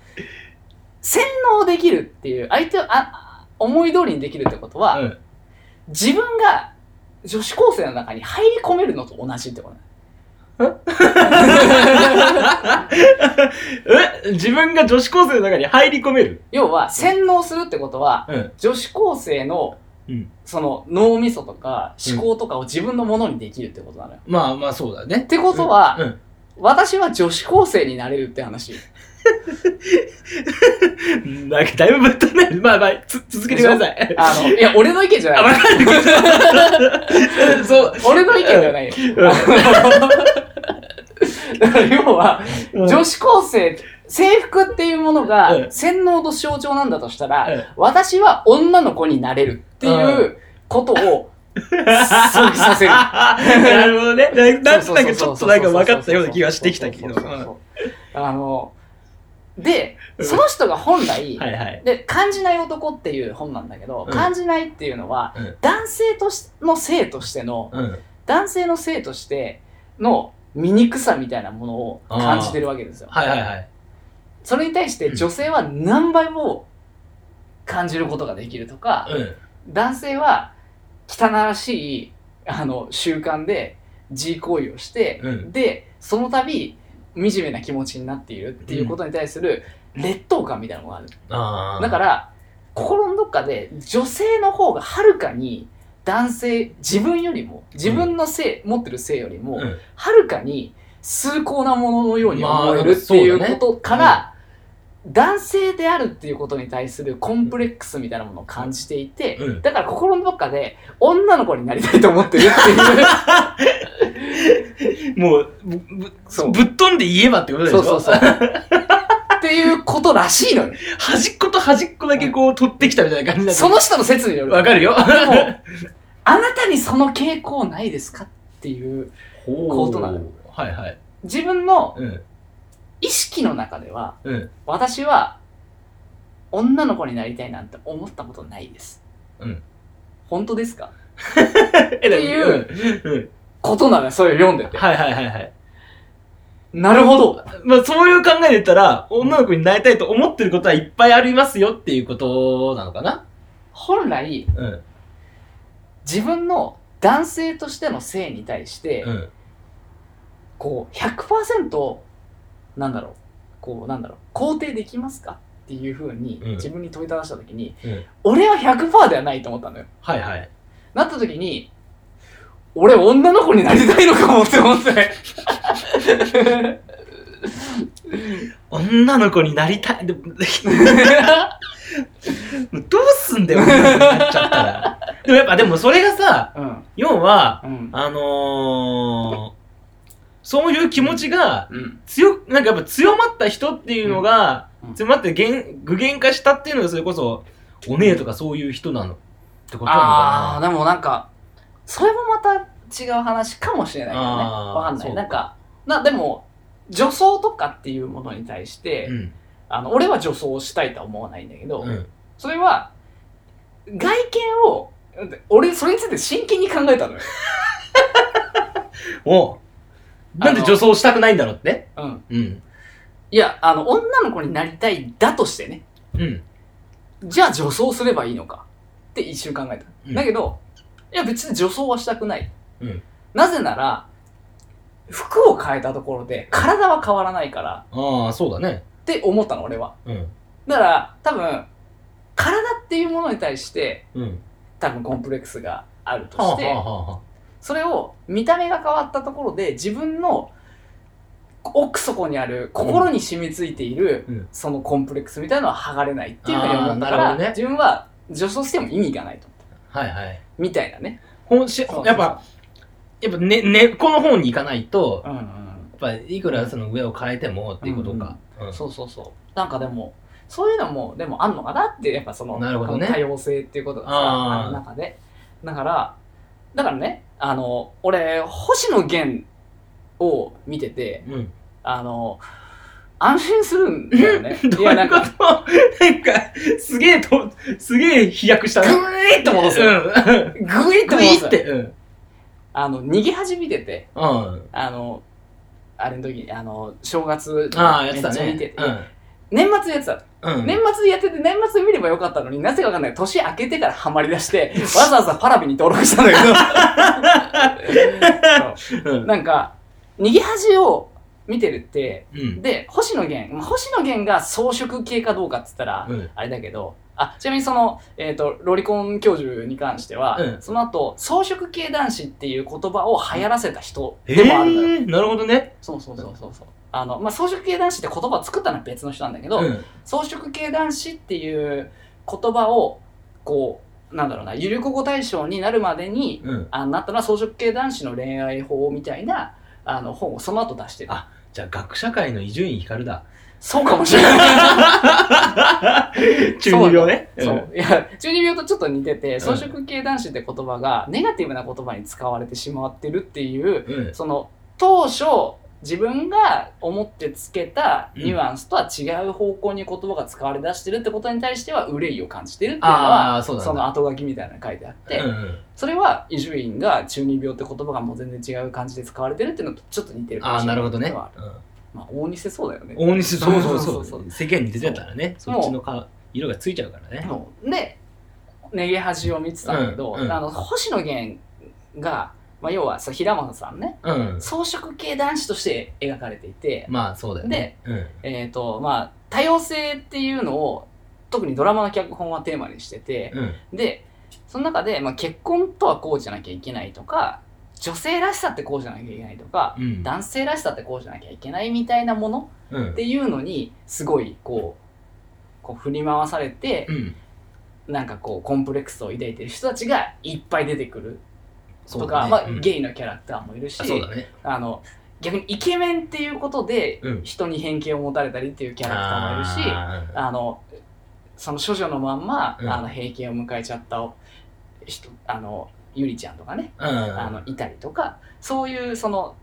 洗脳できるっていう、相手をあ思い通りにできるってことは、うん自分が女子高生の中に入り込めるのと同じってことなのえ自分が女子高生の中に入り込める要は、洗脳するってことは、うん。女子高生の、うんその脳みそとか思考とかを自分のものにできるってことなのよ。まあまあそうだねっ。てことは、うん。私は女子高生になれるって話。うんなんかだいぶぶっ飛んでる。まあまあ、つ続けてください。あの、いや、俺の意見じゃなあ、わい。かるけどそう。俺の意見じゃないよ。 だから要は、女子高生、制服っていうものうがん洗脳と象徴なんだとしたら、うん私は女の子になれるっていうことを想起させる。 なるほどね。ななんそうそうとなそくうちそょうっとなんか分かったような気がしてきたけど。うそうんそうそうはそうあの、で、うんその人が本来、いはい。で、感じない男っていう本なんだけど、うん感じないっていうのは、うん男性としの性としての、うん。男性の性としての醜さみたいなものを感じてるわけですよ。はいはいはい。それに対してうん女性は何倍も感じることができるとか、うん。男性は汚らしいあの習慣で G 行為をして、うんでその度惨めな気持ちになっているっていうことに対する劣等感みたいなのがある、あ、だからら心のどっかで女性の方がはるかに男性自分よりも自分の性、持ってる性よりも、うんはるかに崇高なもののように思えるまあっていうそうだこねとから、男性であるっていうことに対するコンプレックスみたいなものを感じていて、うんだから心のどっかで女の子になりたいと思ってるっ てもう、ぶぶそうぶっ飛んで言えばってこという。でしそょうそうそう。っていうことらしい のよ。端っこと端っこだけこう取ってきたみたいな感じだその人の説による。わかるよ。でも、あなたにその傾向ないですかっていう、こことなのよはいはい。自分のうん。意識の中では、うん。私は女の子になりたいなんて思ったことないです。うん。本当ですかっていう。うん。ことなのよ、それ読んでて。はいはいはいはい。なるほど。まあそういう考えで言ったら、女の子になりたいと思ってることはいっぱいありますよっていうことなのかな本来、うん。自分の男性としての性に対して、うん。こう、100%、なんだろう、こう、なんだろう、肯定できますかっていうふうにうん、自分に問いただしたときに、うん俺は100%ではないと思ったのよ。はいはい。なったときに、俺女の子になりたいのかもって思って。女の子になりたい。でも どうすんだよ、女の子になっちゃった ら。でもやっぱ、でもそれがさ、うん。要は、うん。あのー、そういう気持ちがうん。強く、なんかやっぱ強まった人っていうのが、うんうん強まって現具現化したっていうのがそれこそ、お姉とかそういう人なのってことなのああかー、でもなんか、それもまた違う話かもしれないからね。あーわかんなそい。うかなんか、な、でも、女装とかっていうものに対しなて、うん。あの、俺は女装をしたいとは思わないんだけど、うん。それは、外見を、だって俺、それについて真剣に考えたのよ。おうなんで女装したくないんだろうってうん。うん。いや、あの、女の子になりたいだとしてね、うん。じゃあ女装すればいいのかって一瞬考えた。うんだけど、いや、別に女装はしたくない。うんなぜなら、服を変えたところで体は変わらないからああ、そうだね。って思ったの、俺は。うん。だから多分体っていうものに対してうん。多分コンプレックスがあるとはあ、しはて、あはあはあ、それを見た目が変わったところで自分の奥底にある心に染みついている、うんそのコンプレックスみたいなのは剥がれないっていうふうに思ったかあーなるら、ほどね自分は女装しても意味がないと思ったはいはい。みたいなね、本しそうそうやっぱ、やっぱね、根っこの方に行かないと、うんうんやっぱいくらその上を変えてもっていうことか。うんそうそうそうなんかでもそういうのもでもあんのかなってやっぱそのなるほどね多様性っていうことがさああーる中でだからだからねあの俺星野源を見ててうん。あの安心するんだよね どういうことなんか、すげえと、すげえ飛躍したグね。イッと戻すうよん。ググイッとイ戻すっよて。うん。あの逃げ恥見ててうん。あのあれの時あの正月ああ、やっめてっちたゃ見てねて、。年末でやってたうん。うん。年末でやってて、年末で見ればよかったのになぜかわかんない。年明けてからハマり出して、わざわざパラビに登録したんだけどそう。うん。なんか、逃げ恥を見てるって、うん。で、星野源、まあ星野源が装飾系かどうかって言ったら、うんあれだけど、あ、ちなみにその、えっ、と、ロリコン教授に関しては、うんその後、装飾系男子っていう言葉を流行らせた人えでもあるのよ。ー、なるほどね。そうそうそうそうそう。あの、まあ、装飾系男子って言葉を作ったのは別の人なんだけど、うん。装飾系男子っていう言葉を、こう、なんだろうな、ゆるこ語大賞になるまでに、うん。あなったのは草食系男子の恋愛法みたいなあの本をその後出してるあじゃあ、学者界の伊集院光だ。そうかもしれない中二病ね。そん。ういや中二病とちょっと似ててん草食系男子って言葉がネガティブな言葉に使われてしまってるっていううん。その当初自分が思ってつけたニュアンスとは違う方向に言葉が使われ出してるってことに対しては憂いを感じてるっていうのはああ、そうだその後書きみたいなのが書いてあって、うんうん。それは伊集院が中二病って言葉がもう全然違う感じで使われてるっていうのとちょっと似てるかもああ、しれいなるほどねとは。まあ、大にせそうだよね。うん大西、そうそうそそうう。そうそう世間に出てたらね、そうそっちのか色がついちゃうからね。そうで、ネゲ恥を見てたんだけど、うんうんあの星野源が、まあ、要はさ平本さんね、うん。装飾系男子として描かれていて、まあ、そうだよね。うん。えっ、と、まあ、多様性っていうのを、特にドラマの脚本はテーマにしてて、うん。で、その中で、まあ、結婚とはこうじゃなきゃいけないとか、女性らしさってこうじゃなきゃいけないとか、うん。男性らしさってこうじゃなきゃいけないみたいなものうんっていうのにすごいこうこう振り回されてうん。なんかこうコンプレックスを抱いてる人たちがいっぱい出てくるそとうか、だねまあうんゲイのキャラクターもいるしあそうだね。あの逆にイケメンっていうことでうん人に偏見を持たれたりっていうキャラクターもいるし、あーあのその処女のまんま、うんあの平均を迎えちゃった人あのゆりちゃんとかねうんあのいたりとかそういうその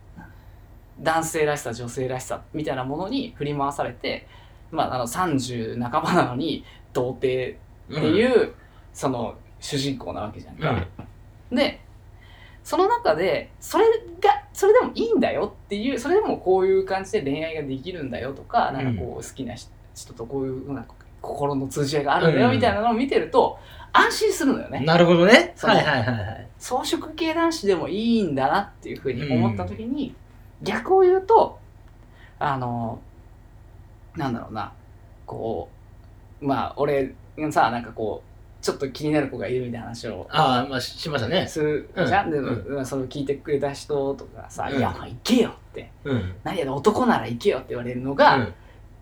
男性らしさ女性らしさみたいなものに振り回されて、まあ、あの30半ばなのに童貞ってうんいう、その主人公なわけじゃんうかん。でその中でそれがそれでもいいんだよっていうそれでもこういう感じで恋愛ができるんだよとかなんかこう好きな人人とこういうなんか心の通じ合いがあるんだよみたいなのを見てると安心するのよね。なるほどね。そうはいはいはいはい。草食系男子でもいいんだなっていうふうに思った時に、逆を言うとあのなんだろうなこうまあ俺さなんかこうちょっと気になる子がいるみたいな話をああ、まあ、ししましたね。するじゃん、うんでそれを聞いてくれた人とかさ「うんいやまあ行けよ」ってうん。 「何やで男なら行けよ」って言われるのが、うん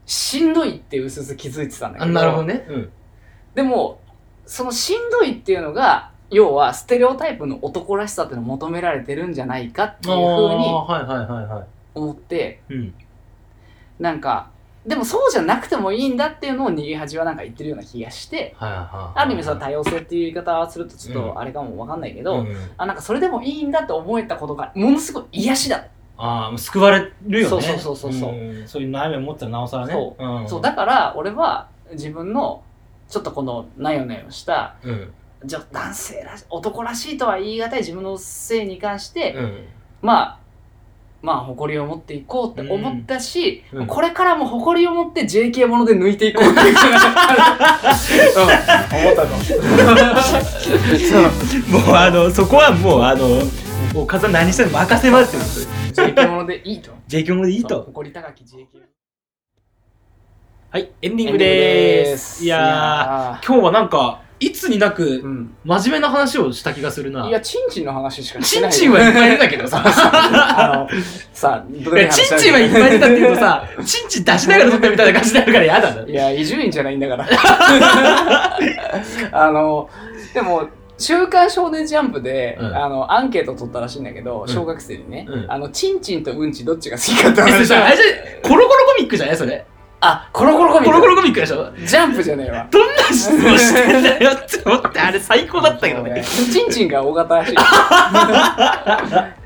しんどいってうすうす気づいてたんだけあどなるほどね。うん。でもそのしんどいっていうのが要はステレオタイプの男らしさっていうのを求められてるんじゃないかっていうふうにあーはいはいはいは思ってい。うん。なんかでもそうじゃなくてもいいんだっていうのを逃げ恥はなんか言ってるような気がしてはいはいはい。ある意味その多様性っていう言い方をするとちょっうんとあれかもわかんないけうど、んあなんかそれでもいいんだって思えたことがものすごい癒しだ、ああ、もう救われるよね。そうそうそうそうそうんそういう悩みを持ったらなおさらね。そうん。そうだから俺は自分のちょっとこのなよなよしたうん。じょ男性らし男らしいとは言い難い自分の性に関して、うん。まあ、まあ、誇りを持っていこうって思ったし、うんうんこれからも誇りを持って JK もので抜いていこうっていうふうなうん思ったの。そもうあの、そこはもうあの、お母さん何しても任せますってこう。JK ものでいいと。と。JK もいいいと。誇り高き JK。はい、エンディングでーす。いやー、今日はなんか、いつになーうく、ん。真面目な話をした気がするな。いや、チンチンの話しかしチてなンい。チンはいっぱいいるんだけどさ。 あの、さあ、どいや、チンチンはいっぱい出たって言うとさ、チンチン出しながら撮ったみたいな感じになるから嫌だな。いや、伊集院じゃないんだから。 あの、でも、週刊少年ジャンプで、うんあの、アンケート取ったらしいんだけど、ん小学生にね、うんあの、チンチンとうんちどっちが好きかってえ話それあれじゃ、コロコロコミックじゃないそれ。あ、コロコロコミコッロコクロコミックでしょジャンプじゃねえわ。どんな質問してんだよって思って、あれ最高だったけどね。そうねチンチンが大型 らしい。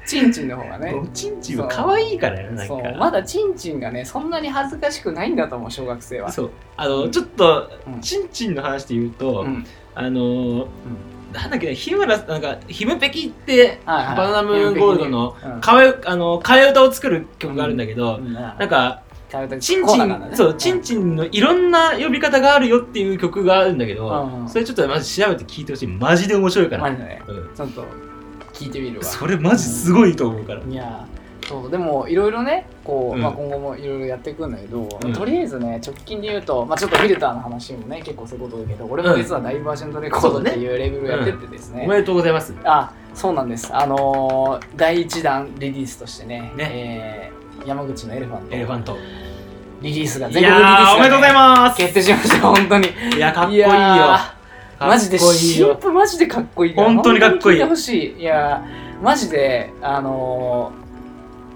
チンチンの方がね。チンチンは可愛いからね、なんそうか。まだチンチンがねそんなに恥ずかしくないんだと思う小学生は。そう。あの、ちょっとうん、チンチンの話で言うとう、んあのー、なんだっけな、日村、なんか、ヒムペキって、はいはいバナナムーンゴールドのうん替え、あの、替え歌を作る曲があるんだけうど、んなんか、食べたチンコチーン、ラなんだねそう、チンチンのいろんな呼び方があるよっていう曲があるんだけど、うんそれちょっとまず調べて聞いてほしい。マジで面白いから。マジでねうんちょっと聞いてみるわ。それマジすごいと思うから。いやそうでもいろいろねこう、うんまあ、今後もいろいろやっていくんだけど、うんとりあえずね直近で言うと、まあ、ちょっとフィルターの話もね結構そういうことだけど俺も実はダイバージェントレコードっていうレベルをやってってですね、おめでとうございます。あそうなんですあのー第1弾リリースとしてねえー山口のエレファントエレファント。リリースがい全国リリーやー、スおめでとうございが、ね、ます。決定しました本当にいや、かっこいいよ。やーかっマジでこいいシンよ。プルマジでかっこいいから本当にかっこい本当にい聞てほしいいやーマジであの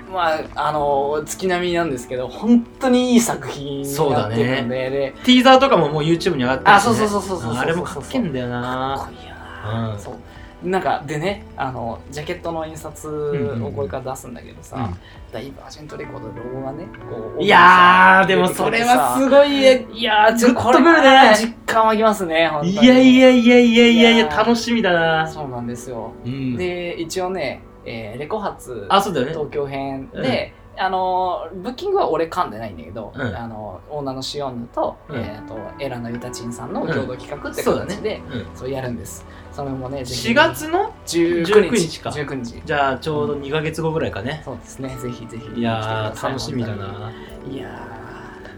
ーまああのー月並みなんですけど本当にいい作品にそうなだっねてるのででティーザーとかももう YouTube に上がってるしねあそうそうそうそうそうそうそうそうあれもかっけえんだよかなっこいいようなんそうなんかでねあのジャケットの印刷をこれから出すんだけどさ、うんダイバージェントレコードのロゴがねこういやー、でもそれはすごいえ、いやー、ちずょっっととくこれるはね。実感湧きますね本当にいやいやいやいやいやいや、いやー楽しみだな。そうなんですようんで一応ね、えーレコ発あ、そうだよね。東京編で、あのーブッキングは俺噛んでないんだけど、うんあのーオーナーのシオンヌと,、うんえー、とエラのユタチンさんの共同企画ってそうだね形で、。うんそうやるんですそれもねぜひ4月の19 19日日か19日じゃあ、ちょうど2ヶ月後ぐらいかね。そうですねぜひぜひいやー、楽しみだ本な。当にいや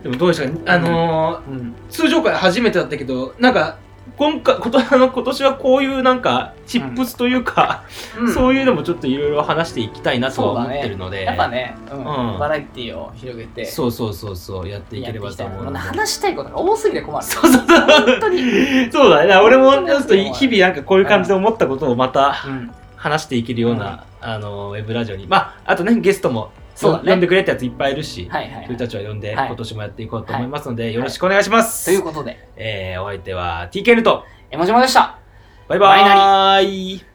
でもどうでしたかあのーうんー、通常回初めてだったけど、なんか、今回、ことあの今年はこういうなんか、チップスというか、そういうのもちょっといろいろ話していきたいなとは思ってるので。やっぱね、うんうんバラエティを広げてそうそうそうそう、やっていやっけれていばきたといな思うものうで。話したいことが多すぎて困るそうそう そう。本当に、そうだね。だから俺もちょっと日々なんかこういう感じで思ったことをまたうん、話していけるような、あの、ウェブラジオに。まあ、あとね、ゲストも、そうだね呼んでくれたやついっぱいいるし、はいはい、は君い、たちは呼んで、はい今年もやっていこうと思いますので、よろしくお願いします。ということでえー、お相手は TKN と、山島でしたバイバーイ。